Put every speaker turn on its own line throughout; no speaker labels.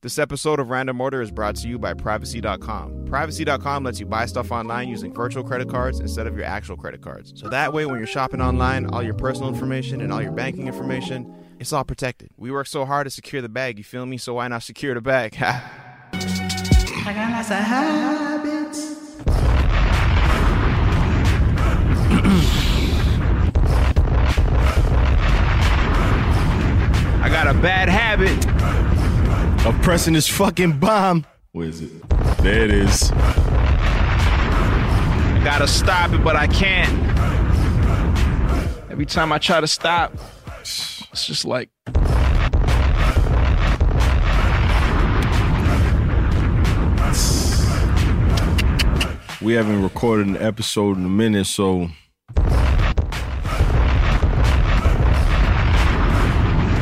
This episode of Random Order is brought to you by Privacy.com. Privacy.com lets you buy stuff online using virtual credit cards instead of your actual credit cards. So that way, when you're shopping online, all your personal information and all your banking information, it's all protected. We work so hard to secure the bag, you feel me? So why not secure the bag?
I got lots of habits.
I got a bad habit.
of pressing this fucking bomb. Where is it? There it is.
I gotta stop it, but I can't. Every time I try to stop, it's just like.
We haven't recorded an episode in a minute, so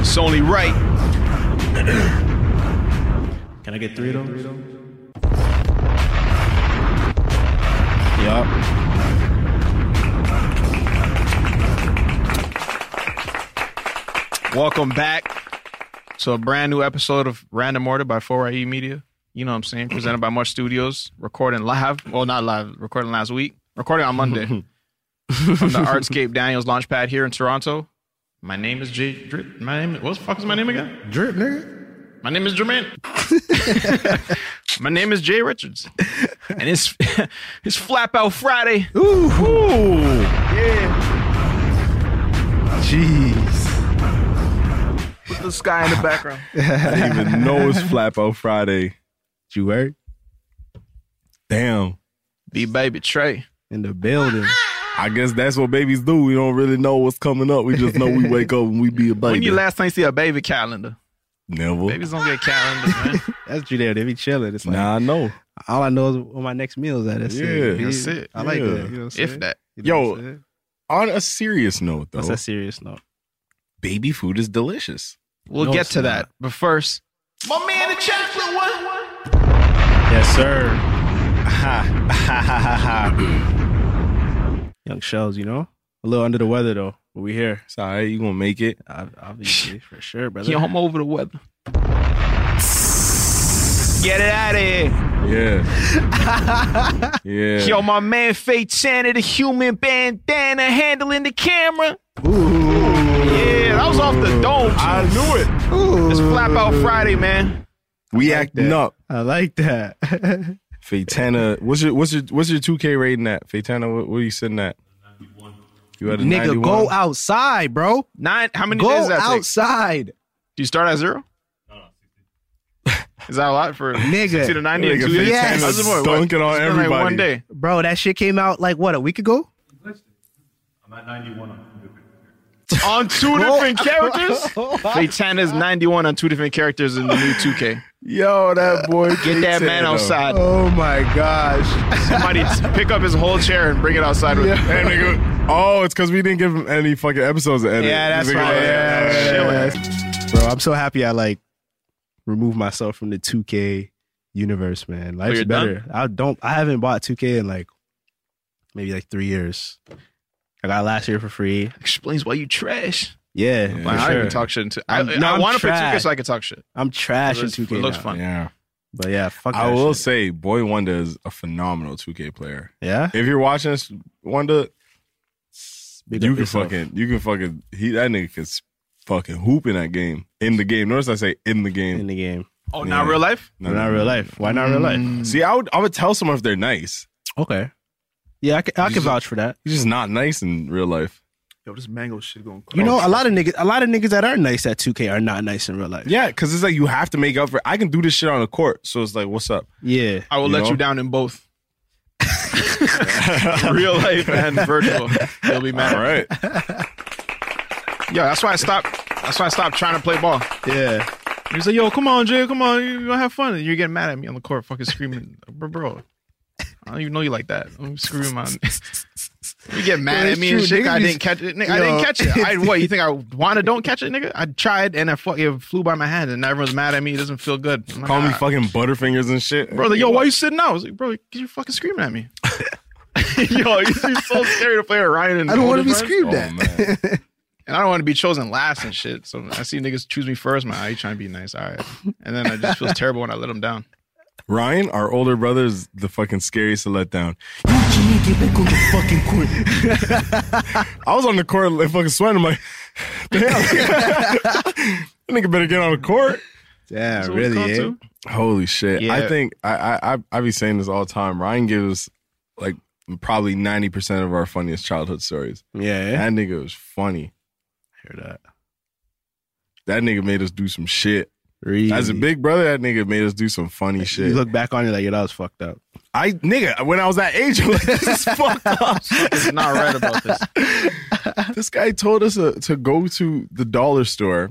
It's only right.
Can I get three of those?
yeah.
Welcome back to a brand new episode of Random Order by 4IE Media. You know what I'm saying? Presented by More Studios, recording live. Well, not live, recording last week, recording on Monday from the Artscape Daniels Launchpad here in Toronto. My name is Jay Drip. My name, what the fuck is my name again?
Drip, nigga.
My name is Jermaine. My name is Jay Richards. And it's it's Flap Out Friday.
Ooh. Yeah. Jeez.
Put the sky in the background.
I didn't even know it's Flap Out Friday.
Did you work
Damn.
Be baby Trey.
in the building?
I guess that's what babies do. We don't really know what's coming up. We just know we wake up and we be a baby.
When you last time you see a baby calendar?
Never.
Babies don't get calendars, man.
That's you there. They be chilling. It's like
Nah, I know.
all I know is what my next meal is at. That's
Yeah.
it.
That's it.
I like
Yeah.
that. You know what I'm saying?
if that.
You know
Yo,
what I'm saying?
On a serious note, though,
that's a serious note.
baby food is delicious.
We'll
No,
get
it's
to
not.
that. But first, my man, the chocolate one.
Yes, sir.
Ha, ha, ha, ha, ha.
Young shells, you know, a little under the weather though, but we here.
It's all right. You gonna make it?
Ob- Obviously, for sure, brother.
Yo, I'm over the weather. Get it out of here.
Yeah. yeah.
Yo, my man, Faith Tanner, the human bandana, handling the camera. Yeah, that was off the dome.
I knew it.
It's Flap Out Friday, man.
We acting
that.
up.
I like that.
Fatana, what's your what's your what's your two K rating at? Fatana, what, what are you sitting at? You at a
Nigga,
91?
go outside, bro.
Nine. How many
Go
days that take?
outside.
Do you start at zero? Is that a lot for
Nigga.
60 to 90 in
Nigga,
two days?
Yes.
How's it more? What?
Dunking on
It's been like
everybody.
one day.
Bro, that shit came out like what a week ago.
on two different characters. Faitana is 91 on two different characters in the new 2K.
Yo, that boy.
Get that man outside.
Oh my gosh.
Somebody pick up his whole chair and bring it outside with him.
Hey, nigga. Oh, it's because we didn't give him any fucking episodes to edit.
Yeah, that's
Nigga,
right.
like,
Yeah,
uh,
yeah, yeah. Bro, I'm so happy I like removed myself from the 2K universe, man. Life's
you're
better. I don't I haven't bought 2K in like maybe like three years. I got it last year for free.
Explains why you trash.
Yeah.
Yeah.
for
Like, I don't even
sure.
talk shit into. I,
I'm- no,
I
I'm
want to play
trash.
2K so I can talk shit.
I'm trash in 2K.
It looks
now.
fun.
Yeah.
But yeah, fuck that
I will
shit.
say, Boy Wonder is a phenomenal 2K player.
Yeah.
If you're watching this, Wonder,
Big
you
up
can
yourself.
fucking, you can fucking, he that nigga can s- fucking hoop in that game, in the game. Notice I say in the game.
in the game.
Oh,
Yeah.
not real life?
No,
But not
no,
real
no.
life. Why not real life?
Mm. See, I would, I would tell someone if they're nice.
Okay. Yeah, I can, I
You
can
just-
vouch for that.
He's just not nice in real life.
Yo, this mango shit going crazy.
You
Oh,
know, a lot of niggas, a lot of niggas that are nice at 2K are not nice in real life.
Yeah, because it's like you have to make up for. I can do this shit on the court, so it's like, what's up?
yeah.
I will
You
let
know?
you down in both. Real life and virtual. You'll be mad.
All right,
Yo, that's why I stopped. That's why I stopped trying to play ball.
Yeah.
He was like, "Yo, come on, Jay, come on, you you wanna have fun." And you're getting mad at me on the court, fucking screaming, bro, bro. I don't even know you like that. I'm screaming my. You get mad
Yeah,
at me and
it's true.
shit. 'cause I
Niggas
didn't catch it. Nigga, I didn't
Yo.
catch it. I what? You think I wanna don't catch it, nigga? I tried and I fuck, it flew by my hand, and everyone's mad at me. It doesn't feel good. I'm like,
call me
"Ah."
fucking butterfingers and shit,
Bro, like, yo, why you sitting out? I was like, bro, 'cause you fucking screaming at me. yo, you seem so scary to play with Ryan. And
I don't want to be
Odegaard.
screamed
Oh
at.
man,
And I don't want to be chosen last and shit. So I see niggas choose me first. My, "Ah, you trying to be nice, all right. And then I just feels terrible when I let them down.
Ryan, our older brother is the fucking scariest to let down. I was on the court like, fucking sweating. I'm like, damn, that nigga better get on the court.
Yeah,
So it's
really.
come
eh?
to-
Holy shit! I
Yeah.
think I, I I I be saying this all the time. Ryan gives like probably ninety percent of our funniest childhood stories.
Yeah.
That nigga was funny.
hear that.
That nigga made us do some shit.
Really.
As a big brother, that nigga made us do some funny shit.
You look back on it like, yo, that was fucked up.
I nigga, when I was that age, I'm like, this is fucked up.
It's not right about this.
this guy told us uh, to go to the dollar store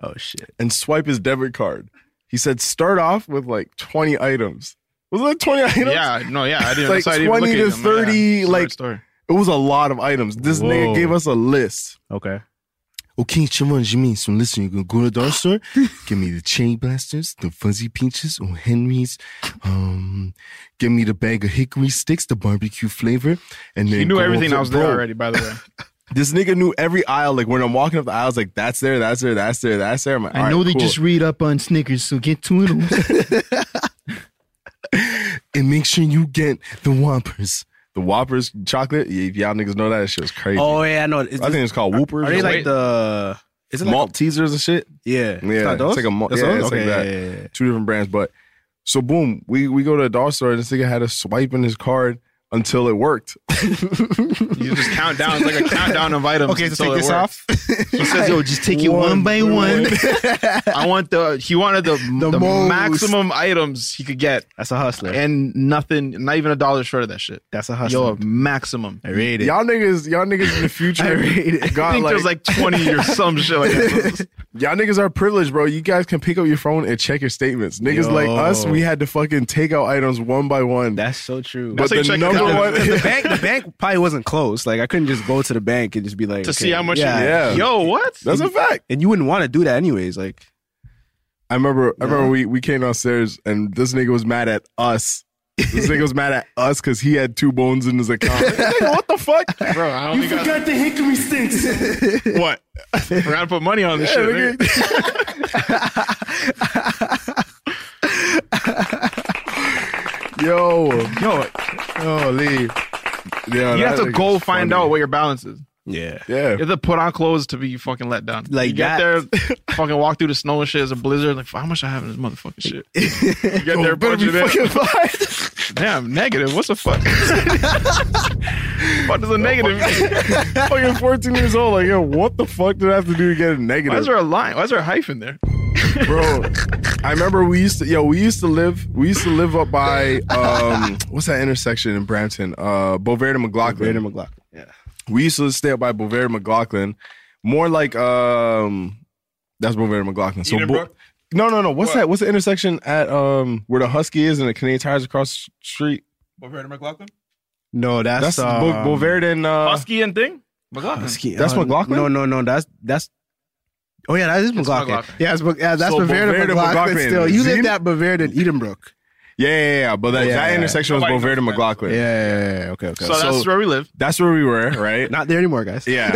Oh shit.
and swipe his debit card. He said, start off with like 20 items. Was that 20 items?
yeah, no, yeah, I didn't.
Like
so I didn't
20
look
to
at them. Yeah,
30,
it's a weird
like-
story.
It was a lot of items. This nigga
Whoa.
gave us a list.
Okay.
Okay, Chimon, you mean so listen, you gonna go to the dollar store, give me the cherry blasters, the fuzzy peaches, or Henry's, um, give me the bag of hickory sticks, the barbecue flavor, and then
he
go
knew everything.
over-
I was there
Bro,
already, by the way.
This nigga knew every aisle. Like when I'm walking up the aisles, like that's there, that's there, that's there, that's there. I'm like, "All right, cool.
read up on Snickers, so get two of them.
and make sure you get the Whoppers, the Whoppers chocolate. Yeah, If y'all niggas know that, that shit was crazy.
oh yeah, I know. Is
I think
this-
it's called Whoopers.
are they
or something.
like the? Is it like
Maltesers and shit?
Yeah,
Yeah,
not
it's
those?
like a mo-
That's
yeah,
those?
it's like
okay,
that.
yeah, yeah, yeah.
two different brands. But so boom, we we go to a dollar store and this nigga had us swiping his card until it worked.
You just count down. It's like a countdown of items.
Okay, so
until
take
it
this
works.
off. He says, "Yo, just take it
One by one.
I want the. He wanted the the,
most.
maximum items he could get,
That's a hustler.
and nothing, not even a dollar short of that shit.
That's a hustler.
Yo, maximum.
I rate it.
Y'all niggas, y'all niggas in the
I
future
rate it.
I
got
think
like,
there's like 20 or some shit like that.
y'all niggas are privileged, bro. You guys can pick up your phone and check your statements. Niggas
Yo.
like us, we had to fucking take out items one by one.
That's so true.
but
how you
the
check
number
accounts.
one,
the bank, the bank probably wasn't closed. Like I couldn't just go to the bank and just be like
to
okay,
see how much.
Yeah,
you-
Yeah.
Yo, what?
that's a fact.
and you wouldn't want to do that anyways. Like
I remember, I remember we we came downstairs and this nigga was mad at us. This nigga was mad at us because he had two bones in his account. Nigga, what the fuck?
Bro, I only got,
the hickory sticks. what?
I forgot to put money on this
Yeah,
shit. nigga.
nigga. Yo,
Yo,
yo, leave. Oh, Yeah,
you
that
have to
nigga's
go find
funny.
out what your balance is.
yeah,
Yeah,
You have to put on clothes to be fucking let down.
Like
you get
that.
there, fucking walk through the snow and shit. It's a blizzard. Like, how much I have in this motherfucking shit? You get there,
better
punch
be
it in.
fucking fine.
Damn, negative. What's the fuck? what is a negative?
fucking fourteen years old. Like, yo, what the fuck did I have to do to get a negative?
Why is there a line? Why is there a hyphen there?
bro. I remember we used to yo, we used to live we used to live up by um what's that intersection in Brampton? Uh Boveda McLaughlin.
Brandon McLaughlin. Yeah,
We used to stay up by Boveda McLaughlin. More like um that's Boveda McLaughlin. So Bo-
Edenbrook?
no, no, no. What's that? What's the intersection at um where the Husky is and the Canadian Tires across the street?
Brandon McLaughlin?
no, that's
That's Bo-
um,
Boveda and uh,
Husky and thing?
Husky-
That's
uh,
McLaughlin?
No, no, no. That's that's. Oh yeah, that is McLaughlin.
McLaughlin.
Yeah, it's, Mc- yeah, that's
So
Bavaria
Bavaria to
McLaughlin,
McLaughlin.
Still, you lived
Zine?
at Bavaria in Edenbrook.
Yeah, yeah, yeah. But that,
Yeah,
that
yeah.
intersection was
Nobody
Boveda
knows that.
McLaughlin.
Yeah, yeah, yeah, yeah. okay, okay.
So, that's where we live.
That's where we were, right?
not there anymore, guys.
Yeah.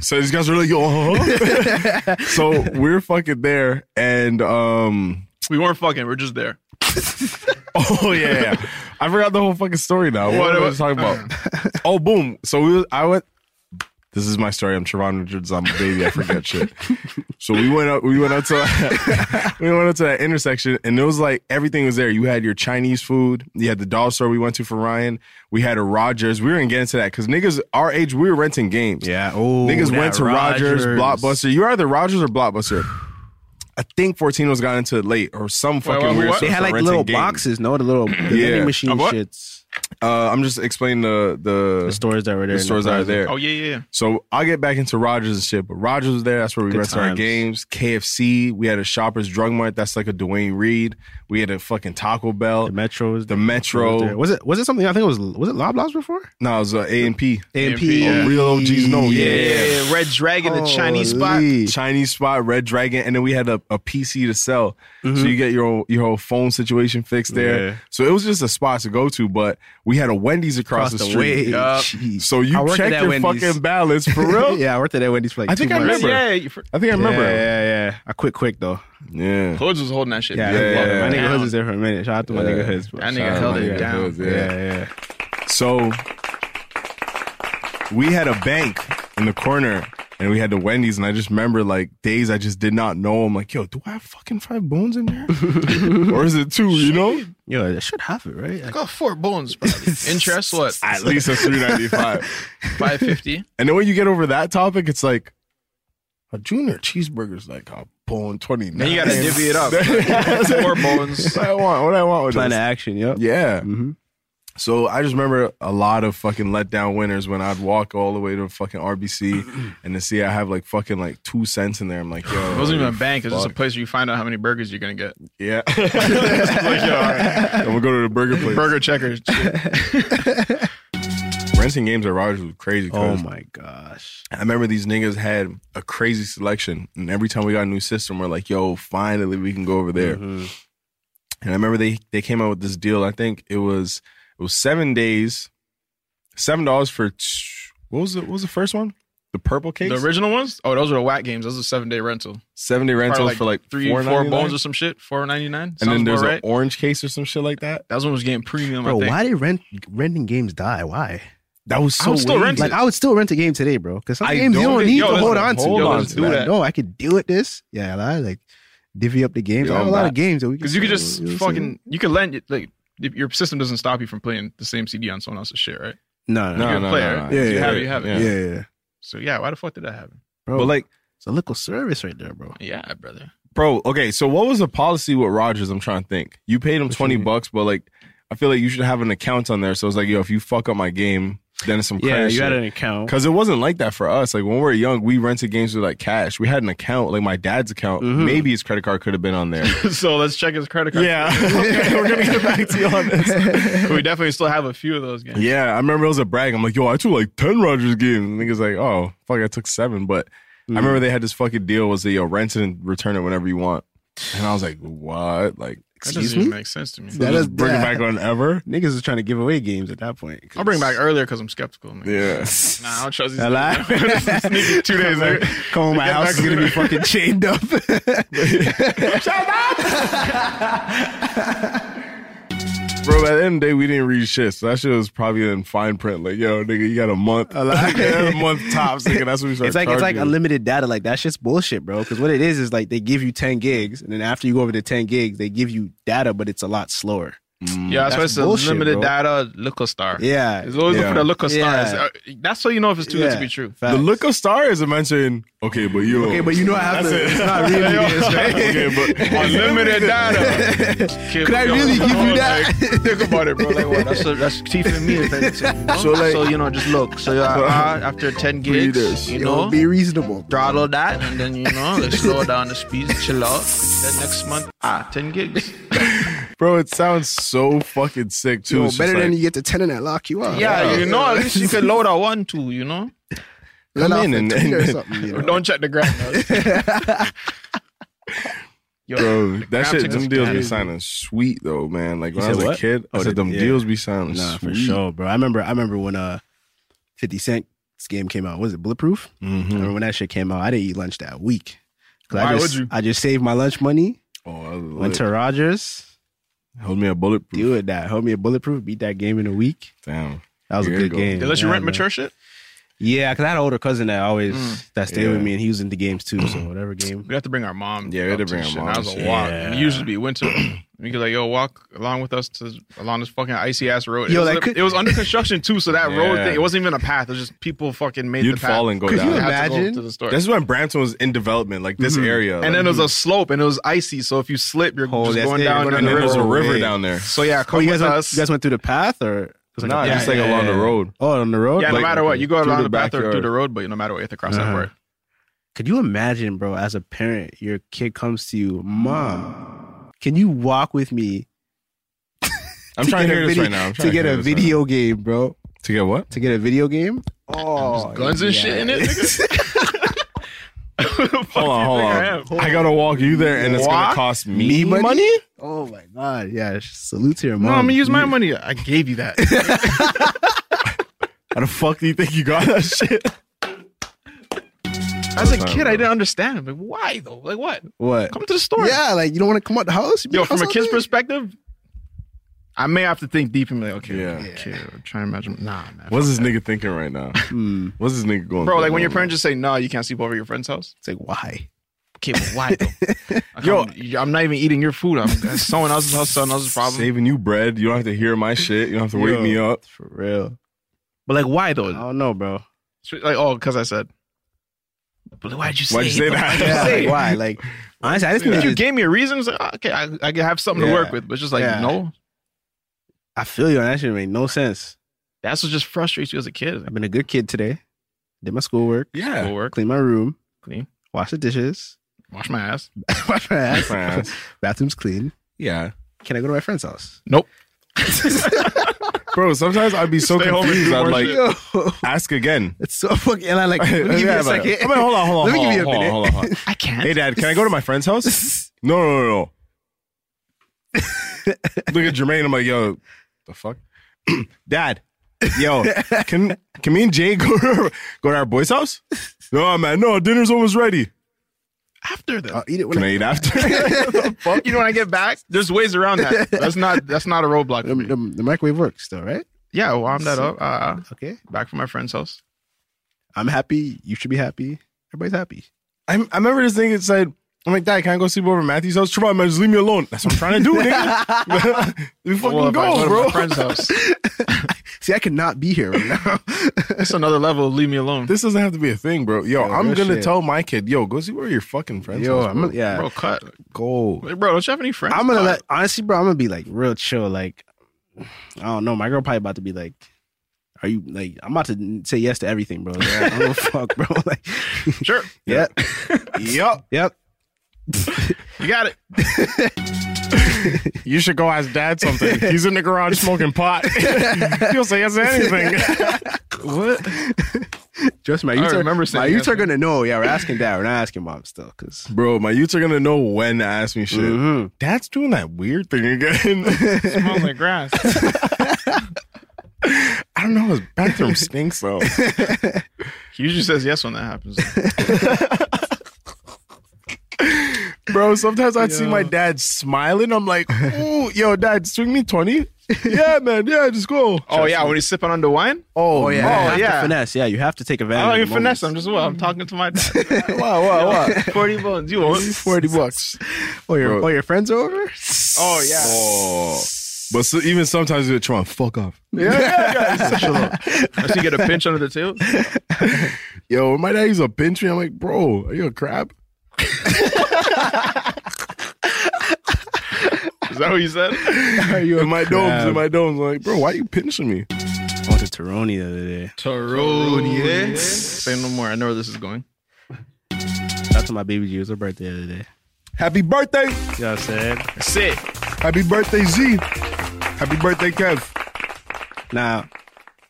so these guys were like, yo, huh? so we're fucking there. And um
We weren't fucking. We're just there.
oh yeah, yeah. I forgot the whole fucking story now. What,
What-
was I talking about? oh boom. So we was, I went This is my story. I'm Trevon Richards. I'm a baby. I forget shit. So we went up. We went up to we went up to that intersection, and it was like everything was there. You had your Chinese food. You had the doll store we went to for Ryan. We had a Rogers. We were gonna get into that because niggas our age, we were renting games.
Yeah. Oh,
Niggas
that
went to Rogers, Blockbuster. You were either Rogers or Blockbuster. I think Fortino's got into it late or some fucking
wait,
weird.
what?
source
They had
for
like
renting
little
games.
boxes, no, the little the vending machine
Of what?
shits,
Uh, I'm just explaining the the,
the stores that were there,
the
in
stores that are
plaza.
there.
Oh yeah, yeah.
So I'll get back into Rogers and shit, but Rogers was there. That's where we
Good
rented our
times.
games. KFC. We had a Shoppers Drug Mart. That's like a Dwayne Reed. We had a fucking Taco Bell.
The
The,
Metro was there.
Metro.
Was, it was it something? I think it was was it Loblaws before?
No, it was uh, A and P.
AMP,
oh,
yeah.
Real OGs know.
Yeah,
yeah, yeah.
yeah, Oh, yeah. Red Dragon, the Chinese spot.
Holy.
Chinese spot, Red Dragon, and then we had a, a PC to sell. So you get your whole, your whole phone situation fixed there.
Yeah.
So it was just a spot to go to, but we had a Wendy's across, the, street.
way.
Yup.
Jeez.
So
I
you
worked
check
at
your
Wendy's.
fucking balance for real.
yeah, I worked at that Wendy's for like
I think
two
I
months.
remember.
Yeah, you for-
I think I remember.
Yeah, yeah, yeah. I quit quick though.
Yeah.
Hoods was holding that shit.
Yeah,
down.
yeah,
yeah,
yeah.
my nigga
Down.
Hoods was there for a minute. Shout out to my
Yeah.
nigga Hoods. bro.
That nigga
Shout out
held
to my
it
nigga.
down.
Yeah.
Yeah, yeah.
So we had a bank in the corner and we had the Wendy's and I just remember like days I just did not know. I'm like, yo, do I have fucking five bones in there? or is it two, you know?
Yo, that should have it right.
I
Like,
got four bones. probably. Interest what?
At least a 395.
Five fifty.
and then when you get over that topic, it's like a junior cheeseburger's like a bone 29.
Then you gotta divvy it up. Four bones.
What I want, what I want with
plan of
this.
action. Yep.
Yeah.
Mm-hmm.
So I just remember a lot of fucking letdown winners when I'd walk all the way to fucking RBC and to see I have like fucking like two cents in there. I'm like, yo,
It wasn't even a bank. It was just a
fuck.
place where you find out how many burgers you're gonna get.
yeah. like, yo, all right. I'm gonna go to the burger place.
Burger checkers.
Renting games at Rogers was crazy.
Oh
Cause
my gosh.
I remember these niggas had a crazy selection, and every time we got a new system, we're like, yo, finally we can go over there.
Mm-hmm.
And I remember they they came out with this deal. I think it was it was seven days, seven dollars for t- what was it? What was the first one? The purple cake.
The original ones? Oh, those were the whack games. Those are seven day rental.
seven day rentals
Probably
for like
three, four
$4.99?
bones or some shit. Four ninety nine.
and then there's
about
an
right.
orange case or some shit like that.
That one was getting premium.
Bro,
I think.
why did rent renting games die? Why?
That was
I
so
would still
weird.
rent
Like
it.
I would still rent a game today, bro. Because some
I
games you
don't
don't
think-
need
yo,
to
let's-
hold on to.
hold
Yo,
on
let's
to
do
that.
that. No, I could deal with this. Yeah, I like divvy up the games.
Yo,
I have a
I'm
lot
back.
of games that we can.
Because you could
play,
just
you know what I'm saying?
fucking you could lend it like if your system doesn't stop you from playing the same CD on someone else's shit, right?
no, no,
No,
you
no,
play
no,
it,
no.
right?
Yeah,
you
yeah,
have it, you have
yeah.
it.
yeah, yeah, yeah.
So yeah, why the fuck did that happen?
bro.
But like,
it's a local service right there, bro.
Yeah, brother.
bro, okay, so what was the policy with Rogers? I'm trying to think. You paid him
What you
20
mean?
bucks, but like, I feel like you should have an account on there. So it's like, yo, if you fuck up my game, then it's some
Yeah,
crazy
you had an account.
Cause it wasn't like that for us. Like when we were young, we rented games with like cash. We had an account, like my dad's account.
Mhm.
Maybe his credit card could have been on there.
so let's check his credit card.
yeah, okay, we're gonna get back to you on this.
we definitely still have a few of those games.
Yeah, I remember it was a brag. I'm like, yo, I took like 10 Rogers games. And niggas like, oh, fuck, I took seven. But
Mm-hmm.
I remember they had this fucking deal was that, yo, rent it and return it whenever you want. And I was like, what? Like,
That
excuse
doesn't
me?
even make sense to me.
That
Just
is
bring it
bad.
back on ever?
Niggas is trying to give away games at that point. 'cause-
I'll bring it back earlier because I'm skeptical. Man.
Yeah.
Nah, I don't trust these.
I lied.
niggas. Sneaky two days later.
Come on, my
Get
house
back
is gonna be fucking chained up.
Bro, at the end of the day, we didn't read shit. So that shit was probably in fine print. Like, yo, nigga, you got a month.
A lot.
Yeah, a month tops, nigga. That's what we started
it's like it's like
charging.
unlimited data. Like that shit's bullshit, bro. Because what it is is like they give you ten gigs, and then after you go over to ten gigs, they give you data, but it's a lot slower.
Yeah, that's, why it's
That's bullshit,
a limited
bro.
data liquor star.
Yeah,
It's always
Yeah.
looking for the liquor
Yeah.
star. It's, uh, That's so you know if it's too good to
Yeah.
be true.
The look of star is mentioned. Okay, but you.
Okay, but you know I have to. It's not really this, right?
okay, but
Unlimited data. Could
I really give you that?
think about it, bro. Like, what? That's, a, that's teething me.
So,
So,
like-
so, you know, just look. So, uh, uh, after 10
Readers.
gigs, you
Yo,
know,
be reasonable.
throttle that, and then, you know, like, slow down the speeds, chill out. Then next month, ah, 10 gigs.
Bro, it sounds so fucking sick too.
Yo,
It's just
better
like-
than you get to ten and that lock you up.
Yeah, you know, at least you can load a one, two, you know?
Let
Come
off
in
a
and-
tweet or
and-
something. You know?
Don't check the graph. Yo,
Bro, that
Grab
shit,
tickets
them deals be
crazy.
sounding sweet though, man. Like when I
You
was
said
a
what?
kid, I
Oh,
said
the-
them
yeah.
deals be sounding
Nah,
sweet.
for sure, bro. I remember. I remember when uh, Fifty Cent game came out. Was it Bulletproof? I
Mhm.
remember when that shit came out. I didn't eat lunch that week. 'Cause I
Why
just,
would you?
I just saved my lunch money.
Oh, I
Went
was
to
lit.
Rogers.
Hold me a bulletproof.
Do it that. Help me a bulletproof. Beat that game in a week.
Damn.
That was
Here
a
you
good
go.
game.
They let you
Yeah,
rent
man.
mature shit?
Yeah, because I had an older cousin that always
Mm.
that stayed with me, and he was into games too. So whatever game.
We have to bring our mom.
Yeah, we had to
up
bring our
shit.
moms,
That was a
yeah.
walk. It used to be winter. We could like, yo, walk along with us to along this fucking icy ass road.
Yo,
it, was,
that
like-
could-
it was under construction too, so that road
Yeah.
thing, it wasn't even a path. It was just people fucking made
You'd
the path.
fall and go
Could
down.
you
You'd
have to go
imagine?
to the store.
This is when Brampton was in development, like this
Mm-hmm.
area.
and then there was a slope and it was icy, so if you slip, you're
Oh,
just
that's
going
it.
down
You're
in
and
the
then there's a
river.
river
Hey.
down there.
So yeah, come
Oh, you guys,
with
went,
us.
you guys went through the path or? it was
Nah,
a
just like along the road.
Oh, on the road.
yeah, no
like,
matter what, you go
through
along
the
the path or through
backyard.
the road, but no matter what, you have to cross that
Uh-huh.
part.
Could you imagine, bro, as a parent, your kid comes to you, Mom, can you walk with me?
I'm trying to
get a
hear this
video-
right now. I'm trying
To get
hear
a
this right
video game, bro.
now. To get what?
To get a video game? Oh.
Guns and shit in it. nigga?
Hold on, hold on. I gotta walk you there, and it's gonna
Walk?
cost
Me
me
money?
money.
Oh my God. Yeah. Salute to your mom.
No, I'm gonna use my money. I gave you that.
How the fuck do you think you got that shit?
As a kid, I didn't understand. I'm like, why though? Like, what?
What?
Come to the store.
Yeah, like you don't want to come out the house? You be
Yo,
in the
from a
house all
kid's
day?
perspective, I may have to think deep and be like, okay,
Yeah.
okay, I'm trying to imagine. Nah, man.
What's this nigga thinking right now?
Hmm.
What's this nigga going?
Bro,
through
like when your
right
parents just say, no, you can't sleep over at your friend's house.
It's like, why?
Okay, but why though? Yo, I'm not even eating your food. I'm that's someone else's house, someone else's
now?
problem.
saving you bread. You don't have to hear my shit. You don't have to wake
Yo.
me up.
For real.
But like, why
I
Oh.
though?
don't know, bro.
Like, oh, because I said. But why would you say?
Why'd you say
it?
that?
Why'd you
Yeah,
say
like,
it?
why? Like, honestly, I just think
If
that
you
you get.
gave me a reason, it's like, oh, okay, I, I have something
Yeah.
to work with. But it's just like,
Yeah.
no,
I feel you on that shit. Made no sense.
that's what just frustrates you as a kid.
I've been a good kid today. Did my schoolwork.
Yeah.
Go work,
Clean my room.
clean,
Wash the dishes.
wash my ass.
wash my ass.
My ass.
Bathroom's clean.
Yeah,
Can I go to my friend's house?
Nope.
bro. Sometimes I'd be so
Stay home and
confused.
do
I'd
more
like
shit.
Yo,
ask again.
it's so fucking. And I like. Let me give
Yeah,
you a
but-
second.
I mean, hold on, hold on.
Let me
hold
give you
on,
a minute.
Hold on, hold on.
I can't.
Hey, Dad, can I go to my friend's house? No, no, no, no. Look at Jermaine. I'm like, yo, the fuck, Dad. Yo, can can me and Jay go to, go to our boy's house? No, man, no. Dinner's almost ready.
after this.
I'll eat it when
Can
I.
I eat after?
you know when I get back, there's ways around that. That's not that's not a roadblock for
The,
me.
the, the microwave works though, right?
Yeah, I warmed that up. Uh,
Okay.
back from my friend's house.
I'm happy. You should be happy. Everybody's happy.
I, I remember this thing. It said, "I'm like, Dad, can I go sleep over at Matthew's house? Come on, man, just leave me alone. That's what I'm trying to do, nigga. we fucking
Well, if I
go,
to
bro.
my friend's house.
See, I cannot be here right now.
It's another level. Leave me alone,
This doesn't have to be a thing, bro. Yo,
Yo,
I'm
real
gonna
shit.
tell my kid, yo, go see where your fucking friends.
Yo,
house,
I'm
bro.
gonna, yeah,
bro. Cut,
go.
Like, bro. Don't you have any friends?
I'm gonna
Cut.
let honestly, bro. I'm gonna be like real chill. Like, I don't know. My girl probably about to be like, "Are you like?" I'm about to say yes to everything, bro. Like, I don't give a fuck, bro. Like,
Sure,
yep,
Yup.
yep.
you got it.
You should go ask dad something. He's in the garage smoking pot. He'll say yes to anything.
What?
Trust me, my
I
youth are,
remember
my
saying
youth
yes,
are
man.
gonna know. Yeah, we're asking dad. We're not asking mom still, because
Bro, my youths are gonna know when to ask me shit. Dad's doing that weird thing again.
Smells like grass.
I don't know. His bathroom stinks though.
He usually says yes when that happens.
Bro, sometimes I'd see my dad smiling. I'm like, ooh, yo, dad, swing me 20. yeah, man. Yeah, just go.
oh yeah, when he's sipping on the wine.
Oh,
yeah, you have
yeah.
to finesse. Yeah, you have to take
I don't even
advantage. of the
finesse. I'm
moments.
just well. I'm talking to my dad.
Wow, wow, wow.
Forty bones. You owe it.
40 bucks.
Oh, your
Bro.
oh, your friends are over.
Oh yeah.
Oh. But so, even sometimes you're trying to fuck off.
Unless you get a pinch under the tail.
Yo, when my dad used to pinch me. I'm like, bro, are you a crab?
Is that what you said?
Are you in my domes, in my domes. I'm like, bro, why are you pinching me?
I went to Toroni the other day.
Taroni. eh? Yeah. Say no more. I know where this is going.
Shout out to my baby G. It was her birthday the other day.
Happy birthday.
You know what I'm saying?
That's it.
Happy birthday, Z. Happy birthday, Kev.
Now,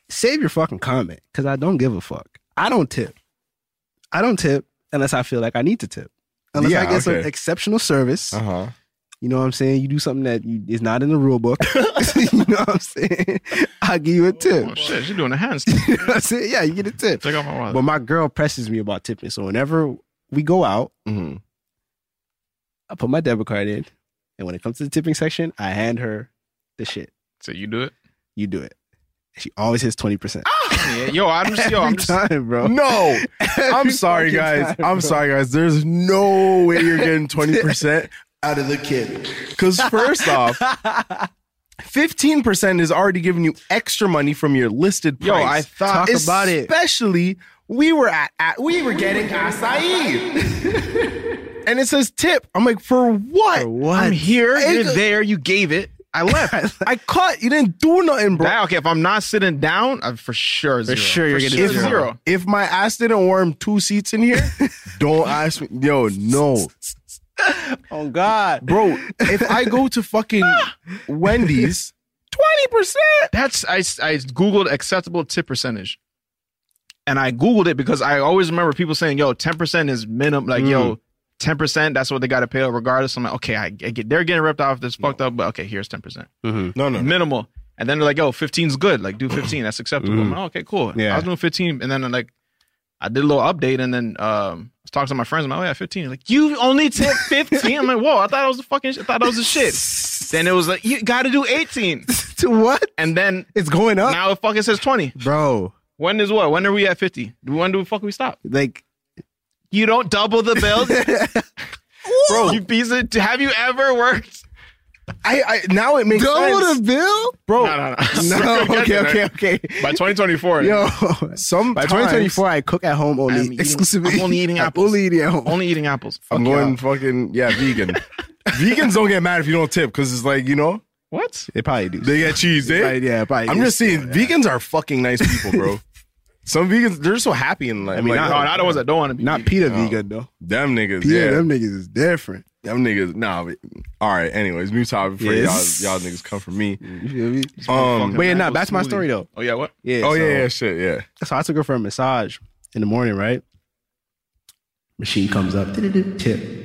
save your fucking comment because I don't give a fuck. I don't tip. I don't tip unless I feel like I need to tip. Unless I
Yeah,
get some
okay.
exceptional service.
Uh-huh.
huh.
You know what I'm saying? You do something that you, is not in the rule book. you know what I'm saying? I'll give you a tip.
Oh shit, she's doing a hands.
You know what I'm saying? Yeah, you get a tip.
Take out my wallet.
But my girl presses me about tipping. So whenever we go out,
Mhm.
Mm-hmm. I put my debit card in. And when it comes to the tipping section, I hand her the shit.
so you do it.
You do it. She always hits 20%.
Yeah, yo, I'm just yo, Oh, I'm just
time, bro.
No, I'm sorry,
fucking
guys.
time, bro.
I'm sorry, guys. There's no way you're getting 20% out of the kid. Because, first off, 15% is already giving you extra money from your listed price.
Yo, I thought-
Talk about it.
Especially, we were at, at we were getting acai. and it says tip. I'm like, for what?
For what?
I'm here.
you're there, you gave it. I left.
I caught. You didn't do nothing, bro.
Now, okay, if I'm not sitting down, I'm for sure zero.
sure you're getting
sure
if,
zero.
if my ass didn't warm two seats in here, don't ask me. Yo, no.
Oh God,
Bro, if I go to fucking Wendy's, 20%.
That's I I googled acceptable tip percentage. And I googled it because I always remember people saying, "Yo, 10% is minimum like yo, 10%, that's what they got to pay regardless." I'm like, "Okay, I, I get they're getting ripped off this fucked up, but okay, here's 10%."
No, no.
Minimal. And then they're like, "Yo, 15's good. Like do 15. That's acceptable." I'm like, "Oh, "Okay, cool."
Yeah.
I was doing 15 and then like I did a little update and then um I was talking to my friends. I'm like, "Oh, yeah, 15." Like, "You only tip 15?" I'm like, "Whoa, I thought I was the fucking I thought that was the shit." Then it was like, "You got to do 18."
to what?
And then
It's going up,
now it fucking says 20.
bro.
When is what? When are we at 50? When do the fuck we stop?
Like
You don't double the bill. Bro, you piece of, have you ever worked?
I, I now it makes sense.
bill,
Bro,
No, no,
No,
We're
okay,
getting
okay,
there.
okay.
By 2024.
Yo,
some
by 2024, I cook at home only,
I'm eating-
exclusively.
I'm only eating
I'm
apples.
only eating at home.
Only eating apples.
I'm
Fuck
going
y'all.
fucking yeah, vegan. Vegans don't get mad if you don't tip because it's like you know
What?
they probably do.
they get cheese. They,
Right, yeah, probably
I'm
do.
just saying vegans are fucking nice people, bro. Some vegans they're so happy in life.
I mean,
like,
No,
oh,
not the ones that don't want to be.
not
vegan.
pita vegan though.
them niggas.
Pita,
yeah,
them niggas is different.
Them niggas, nah. But, all right. Anyways, new topic for
Yes.
y'all. Y'all niggas come for me.
You feel me?
Um.
Fucking
But yeah, nah,
apple
back to my
smoothie.
story, though.
Oh, yeah, what?
Yeah.
oh
so-
yeah, yeah, shit, yeah.
So I took her for a massage in the morning, right? Machine comes up. Tip.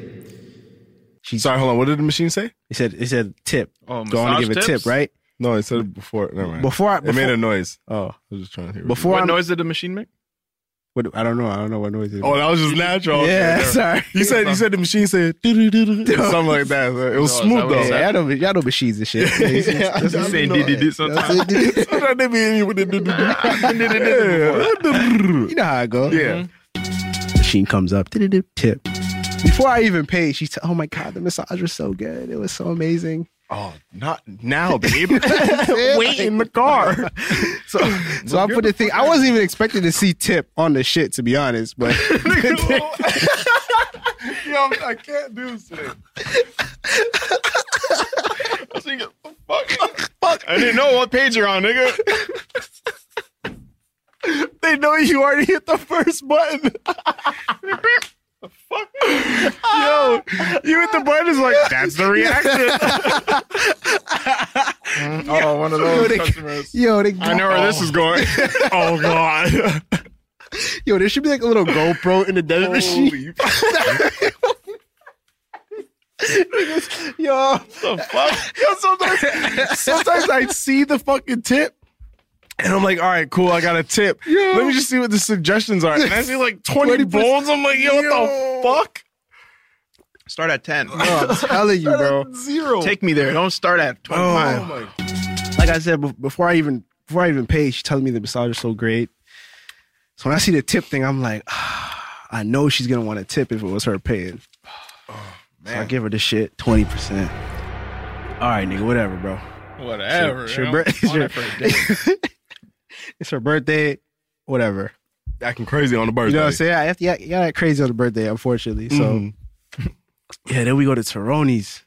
Sorry, hold on. What did the machine say?
It said it said tip.
Oh,
Go on
massage
and give
tips?
a tip, right?
No, it said it before. Never mind.
Before I
it
before,
made a noise.
oh
I was just trying to hear.
before
What
I'm,
noise did the machine make?
what- I don't know I don't know what noise it is.
Oh, that was just natural. Okay,
yeah,
never-
sorry.
You said you said the machine said "Doo-doo-doo-doo," something like that. It was
No,
smooth
is that what it
though.
Yeah, y'all know, y'all know machines and shit.
That's what saying DDD sometimes.
Sometimes they be in here with the doo-doo-doo.
you know how I go.
Yeah.
Machine comes up. Tip. Before I even paid, she said, "Oh my god, the massage was so good. It was so amazing."
Oh, not now, babe.
Wait in the car. so, so I put the thing. I wasn't even expecting to see tip on the shit, to be honest. But
Yo, I can't do this.
I think it- fuck. fuck. I didn't know what page you're on, nigga.
They know you already hit the first button.
Fuck.
Yo, you hit the button. It's like that's the reaction.
Oh, one of those customers.
yo, they
I know where this is going.
oh god.
Yo, there should be like a little GoPro in the desert machine.
Holy
Yo,
the fuck?
Yo, sometimes, sometimes I see the fucking tip. And I'm like, all right, cool. I got a tip. Let me just see what the suggestions are. And I see like 20 bowls. I'm like, yo, what
Start at 10.
I'm telling you, bro.
the fuck? Zero.
Take me there. Oh. Don't start at
Oh
Oh
25.
Like I said bef- before, I even before I even paid, she tells me the massage is so great. So when I see the tip thing, I'm like, ah, I know she's gonna want a tip if it was her paying. Oh, So I give her the shit, twenty percent. All right, nigga, whatever, bro.
Whatever.
It's your,
you know?
bir- it's
On
your-
it for a day.
it's her birthday, whatever.
Acting crazy on the birthday.
You know what I'm saying? I have to, yeah, yeah, that crazy on the birthday, unfortunately. So,
Mhm.
yeah, then we go to Taroni's.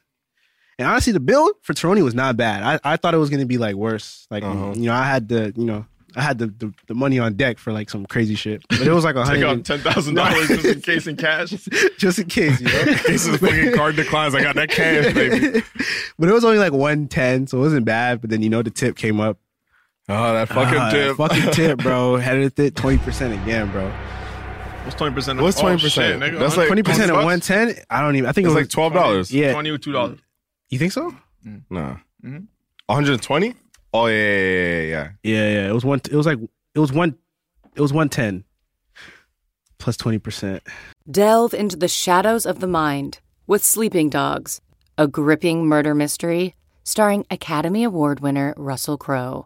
And honestly, the bill for Taroni was not bad. I, I thought it was going to be like worse. Like,
Uh-huh.
you know, I had the, you know, I had the, the, the money on deck for like some crazy shit. But it was like a
Take out
hundred
$10,000 just in case in cash.
just in case, you know?
In case the fucking card declines, I got that cash, baby.
but it was only like 110, so it wasn't bad. But then, you know, the tip came up.
Oh, that fucking
Ah,
tip.
Fucking tip, bro. Had it at 20% again, bro.
What's 20%?
What's
Oh,
20%?
shit, nigga.
That's like-
20%
$20?
at 110, I don't even, I think
It's
it
like
was
$12.
Yeah.
$22.
You think so?
Nah.
Mm-hmm.
Mhm.
120? Oh, yeah, yeah, yeah, yeah.
Yeah, yeah. It was one. It was like it was one. It was one ten. Plus twenty percent.
Delve into the shadows of the mind with Sleeping Dogs, a gripping murder mystery starring Academy Award winner Russell Crowe.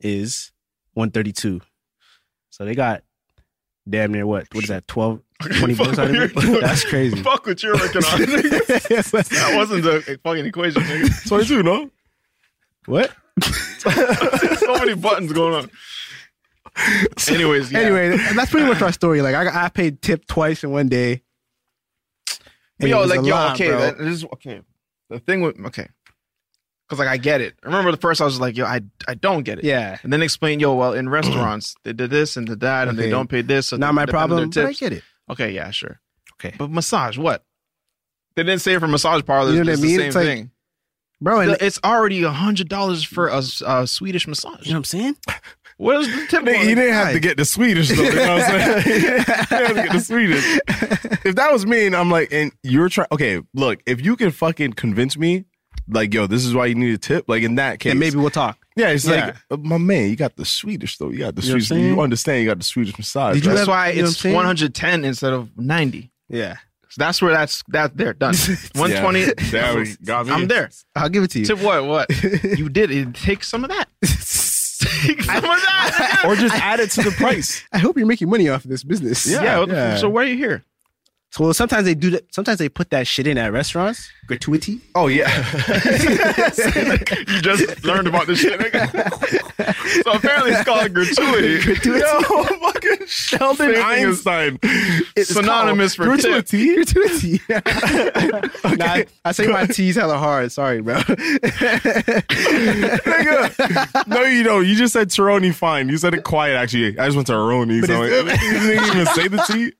is 132. So they got damn near what? What is that? 12, 20 books out of it? That's crazy.
Fuck what you're working on. that wasn't the fucking equation, nigga.
22, no?
What?
so many buttons going on. Anyways, yeah.
Anyway, and that's pretty much our story. Like I, I paid tip twice in one day.
But
And it
yo,
was a
like, yo,
lot,
okay,
bro.
that, this is okay. The thing with okay, because like I get it. I remember the first I was like, yo, I I don't get it.
yeah,
And then they explain, yo, well, in restaurants they did this and did that, and they
Okay.
don't pay this. So
not
they-
my
depending on their
problem. But I
tips.
get it.
Okay, yeah, sure.
Okay.
but massage what? They didn't say it for massage parlors.
You know what
it's
I mean?
the same
It's like-
thing.
Bro, and
The- it's already a hundred dollars for a, a Swedish massage.
you know what I'm saying?
What is the tip?
Nigga,
on
you
it?
didn't have to get the Swedish though. You know what I'm saying? you didn't have to get the Swedish. If that was me and I'm like, and you're trying, okay, look, if you can fucking convince me, like, yo, this is why you need a tip, like in that case.
And maybe we'll talk.
Yeah, it's
Yeah.
like, uh, my man, you got the Swedish though. You got the
You know what I'm
Swedish.
saying?
You understand you got the Swedish massage.
Did you
right?
That's
have-
why
you know what I'm
it's
saying?
one hundred ten instead of ninety.
Yeah.
So that's where that's that there done. One twenty.
Yeah. There we- got me.
I'm there.
I'll give it to you.
Tip what? What? you did it. Take some of that. Take some of that.
or just add it to the price.
I hope you're making money off of this business.
yeah. what the- So why are you here?
So sometimes they do that. Sometimes they put that shit in at restaurants. Gratuity.
Oh yeah.
you just learned about this shit. nigga. so apparently it's called gratuity.
Gratuity.
Yo, fucking Sheldon Einstein.
It's
synonymous for
called
tip.
gratuity. Gratuity. Nah, I, I say my T's hella hard. Sorry, bro.
Nigga. No, you don't. You just said Taroni fine. You said it quiet, actually. I just went to Aroni. So
it's-
like, you didn't even say the T.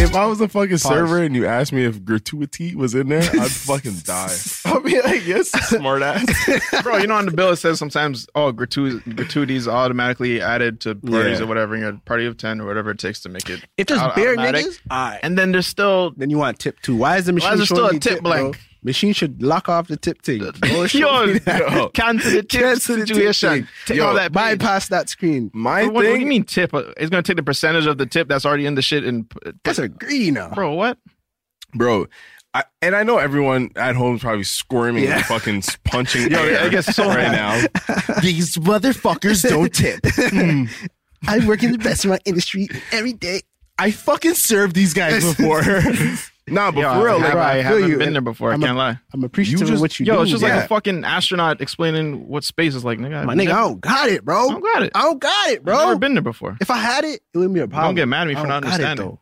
If I was a fucking server and you asked me if gratuity was in there, I'd fucking die. I'd be like, yes, smart ass.
Bro, you know on the bill it says sometimes oh gratu- gratuities automatically added to parties
Yeah.
or whatever, and you're a party of ten or whatever it takes to make it.
If there's
au-
bare
automatic.
niggas, all right.
and then there's still
Then you want tip two. Why is the machine
Why is there
showing
still a
me
tip blank?
bro? Machine should lock off the tip thing. Bro, show me
yo,
that.
Yo.
cancel the tip
Cancel the tip
situation.
thing.
Take
Yo,
all that page.
Bypass that screen.
My
What, what do you
thing,
mean tip? Uh, It's gonna take the percentage of the tip that's already in the shit and p-
That's a green now.
bro. What?
bro. I, and I know everyone at home is probably squirming and fucking s- punching
Yo,
air
Oh, I guess so.
right now.
These motherfuckers don't tip.
Hmm.
I work in the restaurant industry every day.
I fucking served these guys before. nah, but for
Yo, I,
real,
have-
like,
I
I feel
haven't
you.
been there before. I'm I
I'm a-
can not lie.
I'm appreciative
You
of
just-
what you
Yo,
do.
it's just like
Yeah.
a fucking astronaut explaining what space is like, nigga.
my
I've
nigga, I
never-
don't got it,
I
bro.
don't got it.
I don't got it, bro.
I've never been there before.
If I had it, it wouldn't be a problem.
get mad at me for not
I don't got it,
understanding.
though.